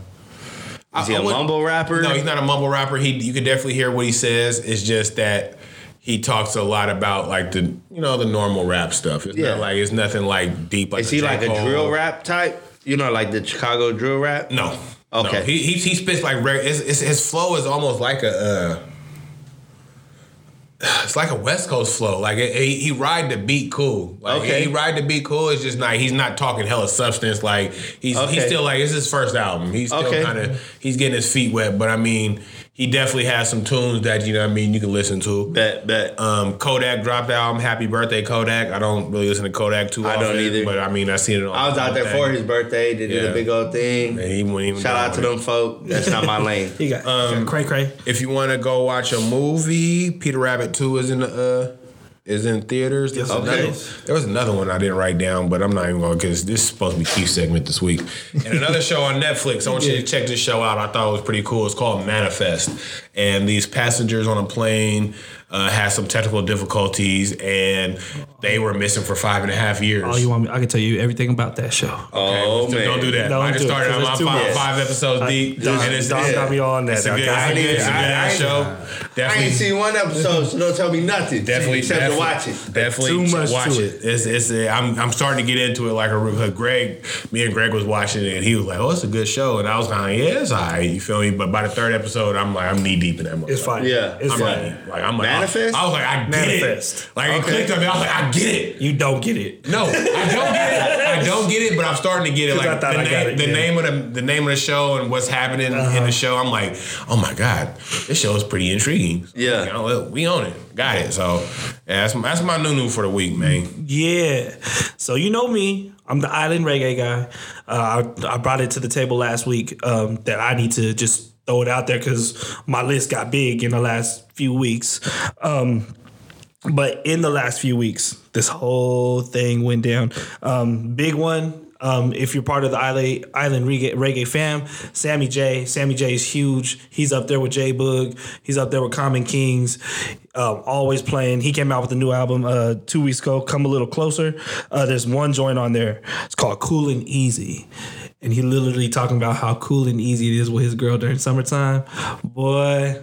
S2: Is he
S1: I
S2: a
S1: wouldn't-
S2: mumble rapper?
S1: No, he's not a mumble rapper. He you can definitely hear what he says. It's just that he talks a lot about like the you know the normal rap stuff. It's
S2: Yeah.
S1: not like it's nothing like deep. Like
S2: Is
S1: the
S2: he like
S1: J.
S2: a
S1: Cole.
S2: drill rap type? You know, like the Chicago drill rap.
S1: No.
S2: Okay.
S1: No. He, he he spits like reg- it's, it's, his flow is almost like a. Uh, it's like a West Coast flow. Like it, he, he ride the beat cool. Like
S2: Okay.
S1: he ride the beat cool. It's just like he's not talking hella substance. Like he's he's
S2: Okay.
S1: still like it's his first album. He's still
S2: Okay.
S1: kind of he's getting his feet wet. But I mean, he definitely has some tunes that you know what I mean you can listen to.
S2: Bet bet.
S1: Um, Kodak dropped the album Happy Birthday Kodak. I don't really listen to Kodak too
S2: I
S1: often.
S2: don't either.
S1: But I mean, I seen it. On
S2: I was out there for his birthday. They did
S1: Yeah.
S2: a big old thing.
S1: And he wouldn't even
S2: Shout
S1: down
S2: out to
S1: with it.
S2: them folk. That's not my
S3: [LAUGHS]
S2: lane.
S3: He got, um, cray cray.
S1: If you want to go watch a movie, Peter Rabbit Two is in the uh, is in theaters. There's
S2: Okay.
S1: another- there was another one I didn't write down, but I'm not even going because this is supposed to be key segment this week. And
S3: [LAUGHS]
S1: another show on Netflix. I want you to check this show out. I thought it was pretty cool. It's called Manifest, and these passengers on a plane. Uh, had some technical difficulties and they were missing for five and a half years.
S3: Oh, you want me? I can tell you everything about that show.
S1: Okay,
S2: Oh
S1: so
S2: man,
S1: Don't do that.
S3: Don't
S1: I just
S3: do it,
S1: started.
S3: 'cause
S1: I'm
S3: it's
S1: on
S3: too
S1: five,
S3: much.
S1: five episodes
S3: I-
S1: deep.
S3: Don-
S1: and it's,
S3: Don
S1: it's-
S3: got me on that.
S1: It's a
S3: I
S1: good, it's
S3: got
S1: a
S2: it.
S1: good, it's a good
S2: I-
S1: ass
S2: I-
S1: show.
S2: I ain't
S1: Definitely,
S2: seen one episode, so don't tell me nothing.
S1: definitely,
S2: except
S1: definitely
S2: to watch it.
S1: Definitely
S3: Too much
S1: watch
S3: to
S1: it. It's, it's. A, I'm, I'm starting to get into it. Like a real- Greg, me and Greg was watching it, and he was like, "Oh, it's a good show," and I was kind of, "Yeah, it's alright." You feel me? But by the third episode, I'm like, I'm knee deep in that.
S3: It's
S1: motherfucker.
S3: fine.
S2: Yeah.
S3: it's
S1: I'm
S3: fine.
S1: ready. Like I'm like,
S2: Manifest?
S1: I, I was like, I get
S3: Manifest.
S1: it. Like it clicked on me. I was like, I get it.
S3: You don't get it.
S1: No, I don't get it. I don't get it, but I'm starting to get it.
S3: 'Cause I
S1: Like the,
S3: thought I
S1: name,
S3: got it,
S1: the
S3: yeah. Uh-huh.
S1: name of the the name of the show and what's happening in the show. I'm like, oh my god, this show is pretty intriguing.
S2: Yeah.
S1: You know, we own it, got it. So yeah, that's that's my new new for the week, man.
S3: Yeah. So you know me. I'm the island reggae guy. Uh, I, I brought it to the table last week um, that I need to just throw it out there because my list got big in the last few weeks. Um, but in the last few weeks, this whole thing went down. Um, big one. Um, if you're part of the island, island reggae, reggae fam, Sammy J. Sammy J is huge. He's up there with J Boog. He's up there with Common Kings. Um, always playing. He came out with a new album uh, two weeks ago. Come a little closer. Uh, there's one joint on there. It's called Cool and Easy, and he literally talking about how cool and easy it is with his girl during summertime. Boy,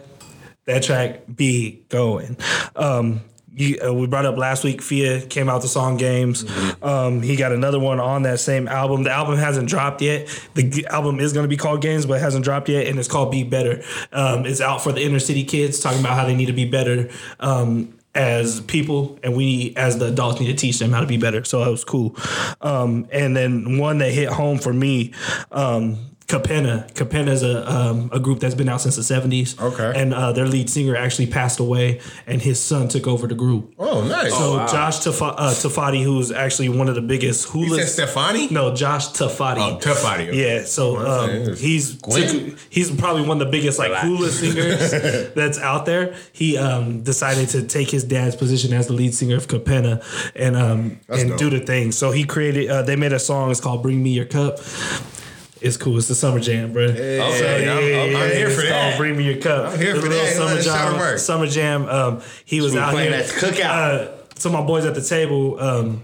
S3: that track be going. Um, you, uh, we brought up last week. Fia came out the song Games. Um, he got another one on that same album. The album hasn't dropped yet. The g- album is going to be called Games, but it hasn't dropped yet, and it's called Be Better. Um, it's out for the inner city kids, talking about how they need to be better um, as people, and we as the adults need to teach them how to be better. So that was cool. Um, and then one that hit home for me. Um, Capenna. Capenna is a um, a group that's been out since the seventies.
S1: Okay.
S3: and uh, their lead singer actually passed away, and his son took over the group.
S1: Oh, nice.
S3: So Josh Tafa- uh, Tafati, who's actually one of the biggest
S1: you said
S3: hula.
S1: Stefani?
S3: No, Josh Tafati.
S1: Oh, tough audio.
S3: Yeah, so um, he's
S1: Gwen?
S3: he's probably one of the biggest like
S1: [LAUGHS]
S3: hula singers that's out there. He um, decided to take his dad's position as the lead singer of Capenna and um, and do the thing. So he created. Uh, they made a song. It's called "Bring Me Your Cup." It's cool. It's the summer jam, bro.
S1: Okay, I'm- I'm- I'm here
S3: it's
S1: for
S3: called
S1: that.
S3: Bring me your cup.
S1: here
S3: It's
S1: for
S3: a little
S1: that. Let
S3: Summer
S1: it shine
S3: jam.
S1: work.
S3: Summer jam. Um, he was
S2: we
S3: out
S2: playing
S3: here
S2: at the cookout.
S3: Uh, so my boys at the table. Um,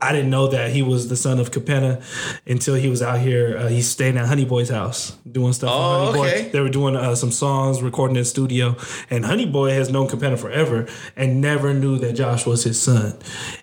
S3: I didn't know that he was the son of Capenna until he was out here. Uh, he's staying at Honey Boy's house doing stuff.
S2: Oh,
S3: for Honey Boy.
S2: okay.
S3: They were doing uh, some songs, recording in the studio, and Honey Boy has known Capenna forever and never knew that Josh was his son.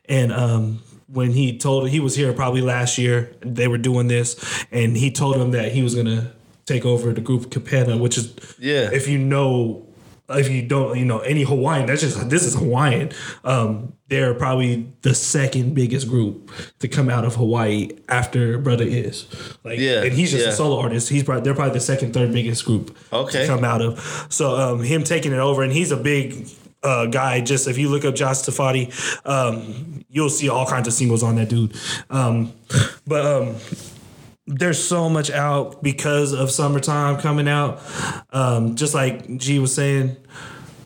S3: And um, when he told he was here probably last year, they were doing this, and he told him that he was gonna take over the group Capenna, which is
S2: Yeah.
S3: if you know if you don't you know any hawaiian that's just this is hawaiian um they're probably the second biggest group to come out of hawaii after brother is like
S2: Yeah,
S3: and he's just
S2: yeah.
S3: a solo artist he's probably they're probably the second third biggest group
S2: Okay.
S3: to come out of so um him taking it over and he's a big uh, guy, just if you look up Josh Tafati, um, you'll see all kinds of singles on that dude. Um, but um, there's so much out because of summertime coming out. Um, just like G was saying,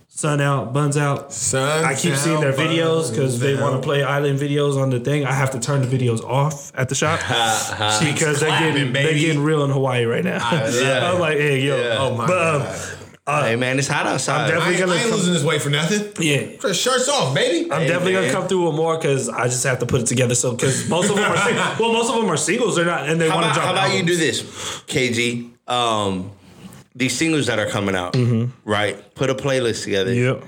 S3: sun out, buns out.
S1: Sun
S3: I keep seeing their videos because they want to play island videos on the thing. I have to turn the videos off at the shop because they're getting
S1: clapping, baby.
S3: they're getting real in Hawaii right now.
S2: yeah.
S3: [LAUGHS] I'm like, hey, yo,
S2: Yeah.
S3: oh
S1: Oh,
S3: my
S1: my
S3: but, um,
S1: God.
S2: hey man, it's hot outside.
S1: I,
S3: definitely-
S1: ain't- I ain't losing this weight for nothing.
S3: yeah.
S1: Put your shirts off, baby.
S3: I'm definitely
S2: man.
S3: gonna come through with more because I just have to put it together. So because most of them
S2: [LAUGHS]
S3: are sing- well, most of them are singles. They're not, and they
S2: how
S3: want to
S2: about,
S3: drop.
S2: how about you
S3: albums.
S2: do this, KG? Um, these singles that are coming out,
S3: Mm-hmm.
S2: right? Put a playlist together,
S3: Yep.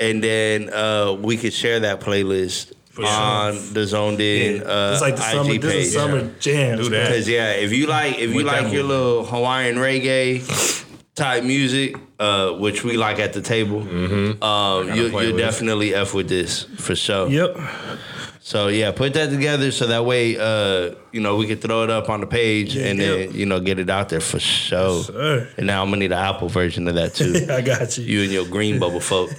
S2: and then uh, we could share that playlist on the Zoned In uh,
S3: it's like the
S2: IG
S3: summer.
S2: page.
S3: This is summer jams.
S1: Do that.
S2: Cause yeah, if you like if you like your little Hawaiian reggae type music, uh, which we like at the table, um, you,
S1: Mm-hmm. play
S2: you'll
S1: with it.
S2: definitely f with this for sure.
S3: Yep.
S2: So yeah, put that together so that way uh, you know we could throw it up on the page and then you know get it out there for sure.
S3: sir.
S2: and now I'm gonna need an Apple version of that too.
S3: [LAUGHS] I got you.
S2: you and your green bubble folk.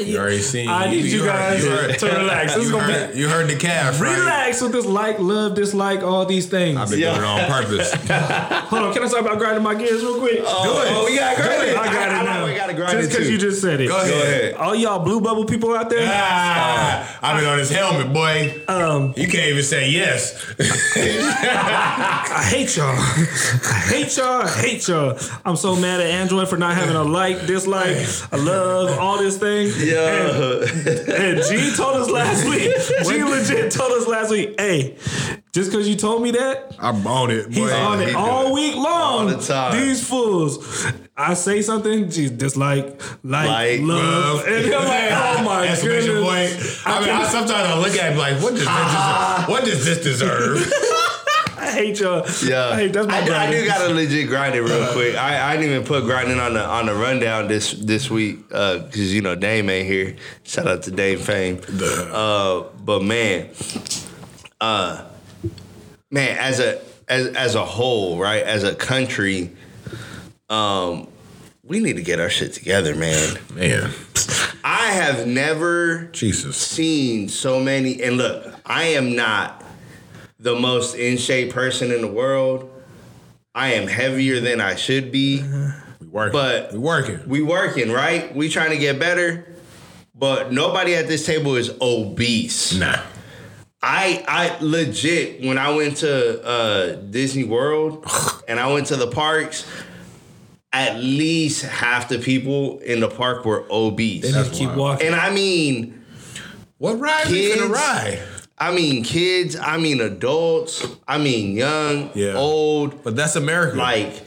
S1: You already seen.
S3: I need you guys
S1: heard-
S3: to relax. This is
S1: you,
S3: gonna be-
S1: heard, you heard the calf, right?
S3: Relax with this like, love, dislike, all these things.
S1: I've been
S2: Yeah.
S1: doing it on
S3: [LAUGHS]
S1: purpose.
S3: Hold on, can I talk about grinding my gears real quick?
S2: Oh, we got
S3: I
S2: grinded.
S3: got it
S2: I,
S3: now.
S2: know we got
S3: just
S2: grinded
S3: because
S2: too.
S3: you just said it.
S1: Go ahead.
S3: All y'all blue bubble people out there,
S1: Ah, I've been on his helmet,
S3: Uh,
S1: boy. Um, you can't even say yes.
S3: I hate y'all. I hate y'all. I hate y'all. I'm so mad at Android for not having a like, dislike, a love, all this thing.
S2: Yeah.
S1: [LAUGHS]
S3: And G told us last
S2: [LAUGHS]
S3: week. G legit told us last week. Hey, just because you told me that,
S1: I'm on it, boy.
S3: he's on
S2: he
S3: it
S2: do
S3: all
S2: it.
S3: week long.
S2: All the time.
S3: These fools. I say something, geez, dislike, like,
S2: Like,
S3: love,
S1: love.
S3: and I'm
S2: [LAUGHS]
S3: like, oh my
S1: Exclamation
S3: goodness.
S1: point.
S3: I
S1: I mean, I,
S3: can't-
S1: sometimes I look at him like, what does this
S3: [LAUGHS]
S1: deserve? What does this deserve?
S3: I hate y'all.
S2: Yeah,
S3: [LAUGHS] I hate that's my
S2: I, do- I
S3: brother. Uh,
S2: do got to legit grind it real quick. I, I didn't even put grinding on the on the rundown this this week because you know Dame ain't here. Shout out to Dame Fame. Uh, but man, uh, man, as a as as a whole, right? As a country, um, we need to get our shit together, man.
S1: Man,
S2: I have never
S1: Jesus.
S2: seen so many. And look, I am not the most in shape person in the world. I am heavier than I should be.
S1: We working.
S2: But-
S1: we working.
S2: We working, right? We trying to get better. But nobody at this table is obese.
S1: Nah.
S2: I I legit when I went to uh, Disney World and I went to the parks, at least half the people in the park were obese.
S3: Just keep walking.
S2: And I mean,
S1: What ride we
S2: Kids.
S1: finna ride?
S2: I mean kids, I mean adults, I mean young,
S1: Yeah.
S2: old,
S1: But that's America.
S2: like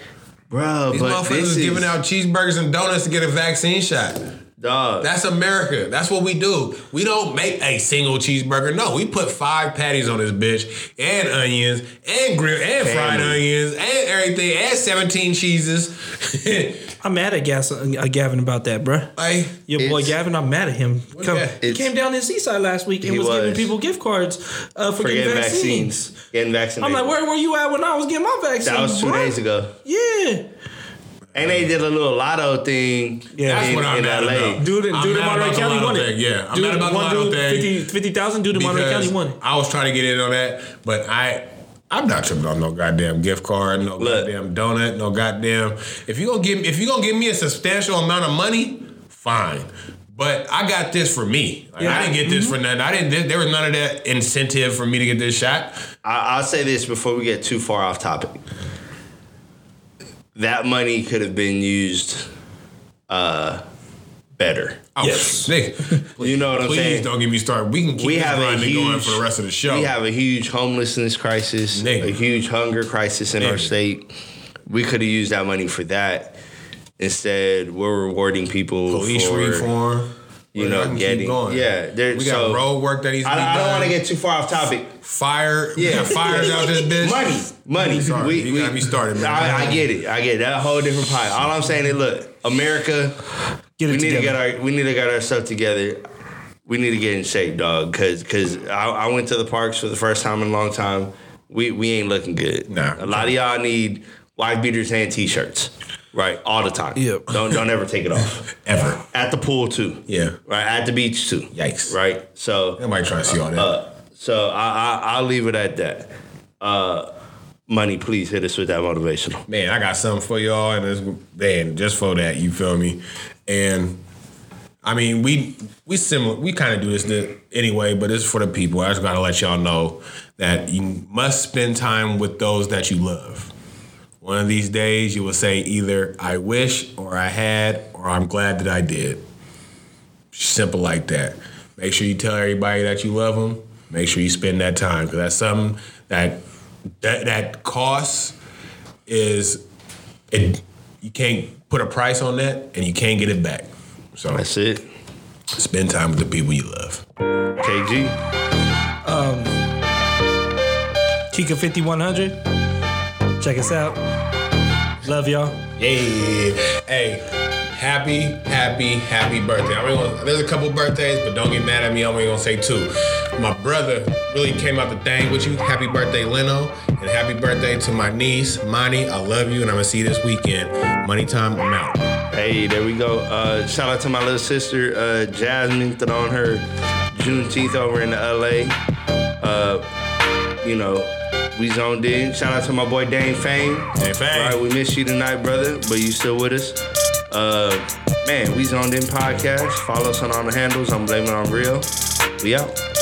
S2: bruh,
S1: These
S2: but
S1: motherfuckers
S2: this
S1: is
S2: is
S1: giving out cheeseburgers and donuts to get a vaccine shot.
S2: dog.
S1: That's America. That's what we do. We don't make a single cheeseburger. No, we put five patties on this bitch and onions and grill and fried
S2: Family.
S1: onions and everything and 17 cheeses. [LAUGHS]
S3: I'm mad at Gas, uh, Gavin about that, bruh.
S1: like,
S3: Your boy
S2: It's-
S3: Gavin, I'm mad at him. Come,
S1: yeah,
S3: he
S2: it's-
S3: came down to Seaside last week and
S2: He
S3: was, giving
S2: was.
S3: people gift cards uh, for,
S2: for
S3: getting
S2: getting
S3: vaccines.
S2: vaccines. Getting vaccinated.
S3: I'm like, where were you at when I was getting my vaccine?
S2: that was two
S3: bruh?"
S2: days ago.
S3: Yeah.
S2: And they did a little lotto thing
S3: Yeah.
S1: That's
S2: in,
S1: what I'm
S2: in
S1: mad
S2: LA.
S1: about.
S3: Dude,
S1: I'm
S3: dude in
S1: mad
S3: Monterey
S1: about the
S3: County
S1: lotto
S3: won it.
S1: thing, yeah. I'm
S3: dude,
S1: mad about the
S3: one
S1: lotto
S3: dude,
S1: thing.
S3: 50 50,000 dude in Monterey
S1: because
S3: County won it.
S1: I was trying to get in on that, but I I'm not tripping on no goddamn gift card, no
S2: Look.
S1: goddamn donut, no goddamn. If you gonna give if you gonna give me a substantial amount of money, fine. But I got this for me. Like,
S3: Yeah. Mm-hmm.
S1: I didn't get this for nothing. I didn't. There, there was none of that incentive for me to get this shot.
S2: I, I'll say this before we get too far off topic. That money could have been used uh better.
S1: Oh,
S2: [LAUGHS]
S3: Yes.
S1: nigga,
S2: You know what I'm
S1: please
S2: saying?
S1: don't get me started. We can keep
S2: We
S1: this
S2: have a
S1: grinding going
S2: huge-
S1: for the rest of the show.
S2: We have a huge homelessness crisis,
S1: Nigga.
S2: a huge hunger crisis in our
S1: Nigga.
S2: state. We could have used that money for that. Instead, we're rewarding people
S1: police
S2: for
S1: reform.
S2: you
S1: Like, I
S2: know
S1: can keep
S2: getting
S1: going.
S2: yeah. There,
S1: we got
S2: so,
S1: road work that needs to
S2: I,
S1: be
S2: I don't
S1: done.
S2: want to get too far off topic.
S1: fire.
S2: Yeah.
S1: Yeah, fires out
S2: [LAUGHS]
S1: this bitch.
S2: Money, money.
S1: Sorry,
S2: we,
S1: you
S2: we,
S1: got me started, man.
S2: I, I get it. I get it. that whole different pie. All I'm saying is, look, America,
S3: Get
S2: we
S3: it
S2: need
S3: together.
S2: to get our we need to get our stuff together. We need to get in shape, dog. Cause cause I, I went to the parks for the first time in a long time. We we ain't looking good.
S1: Nah.
S2: A lot of y'all need wife beaters and t-shirts. Right. All the time.
S3: Yep.
S2: Don't don't ever take it off.
S1: Ever.
S2: At the pool too.
S1: Yeah.
S2: Right. At the beach too.
S1: Yikes.
S2: Right. So
S1: Nobody trying to see all that.
S2: so I, I I'll leave it at that. Uh, Money, please hit us with that motivational.
S1: man, I got something for y'all, and it's man, just for that, you feel me? And I mean, we we similar, we kind of do this to- anyway, but it's for the people. I just gotta let y'all know that you must spend time with those that you love. One of these days, you will say either "I wish" or "I had" or "I'm glad that I did." Simple like that. Make sure you tell everybody that you love them. Make sure you spend that time because that's something that that that costs is it, you can't put a price on that and you can't get it back. So
S2: That's it.
S1: spend time with the people you love.
S2: KG,
S3: Kika 5100. Check us out. Love y'all.
S1: Yeah. Hey, happy, happy, happy birthday. I'm only gonna, there's a couple birthdays, but don't get mad at me. I'm only gonna say two. My brother really came out the thing with you. Happy birthday, Leno, and happy birthday to my niece, Monty. I love you, and I'm gonna see you this weekend. Money time, I'm out.
S2: hey, there we go. Uh, shout out to my little sister, uh, Jasmine, throwing her Juneteenth over in LA. Uh, you know, we zoned in. Shout out to my boy Dane Fame.
S1: Hey,
S2: All
S1: fam.
S2: right, we missed you tonight, brother, but you still with us. Uh, man, we zoned in podcast. Follow us on all the handles. I'm blaming on real. We out.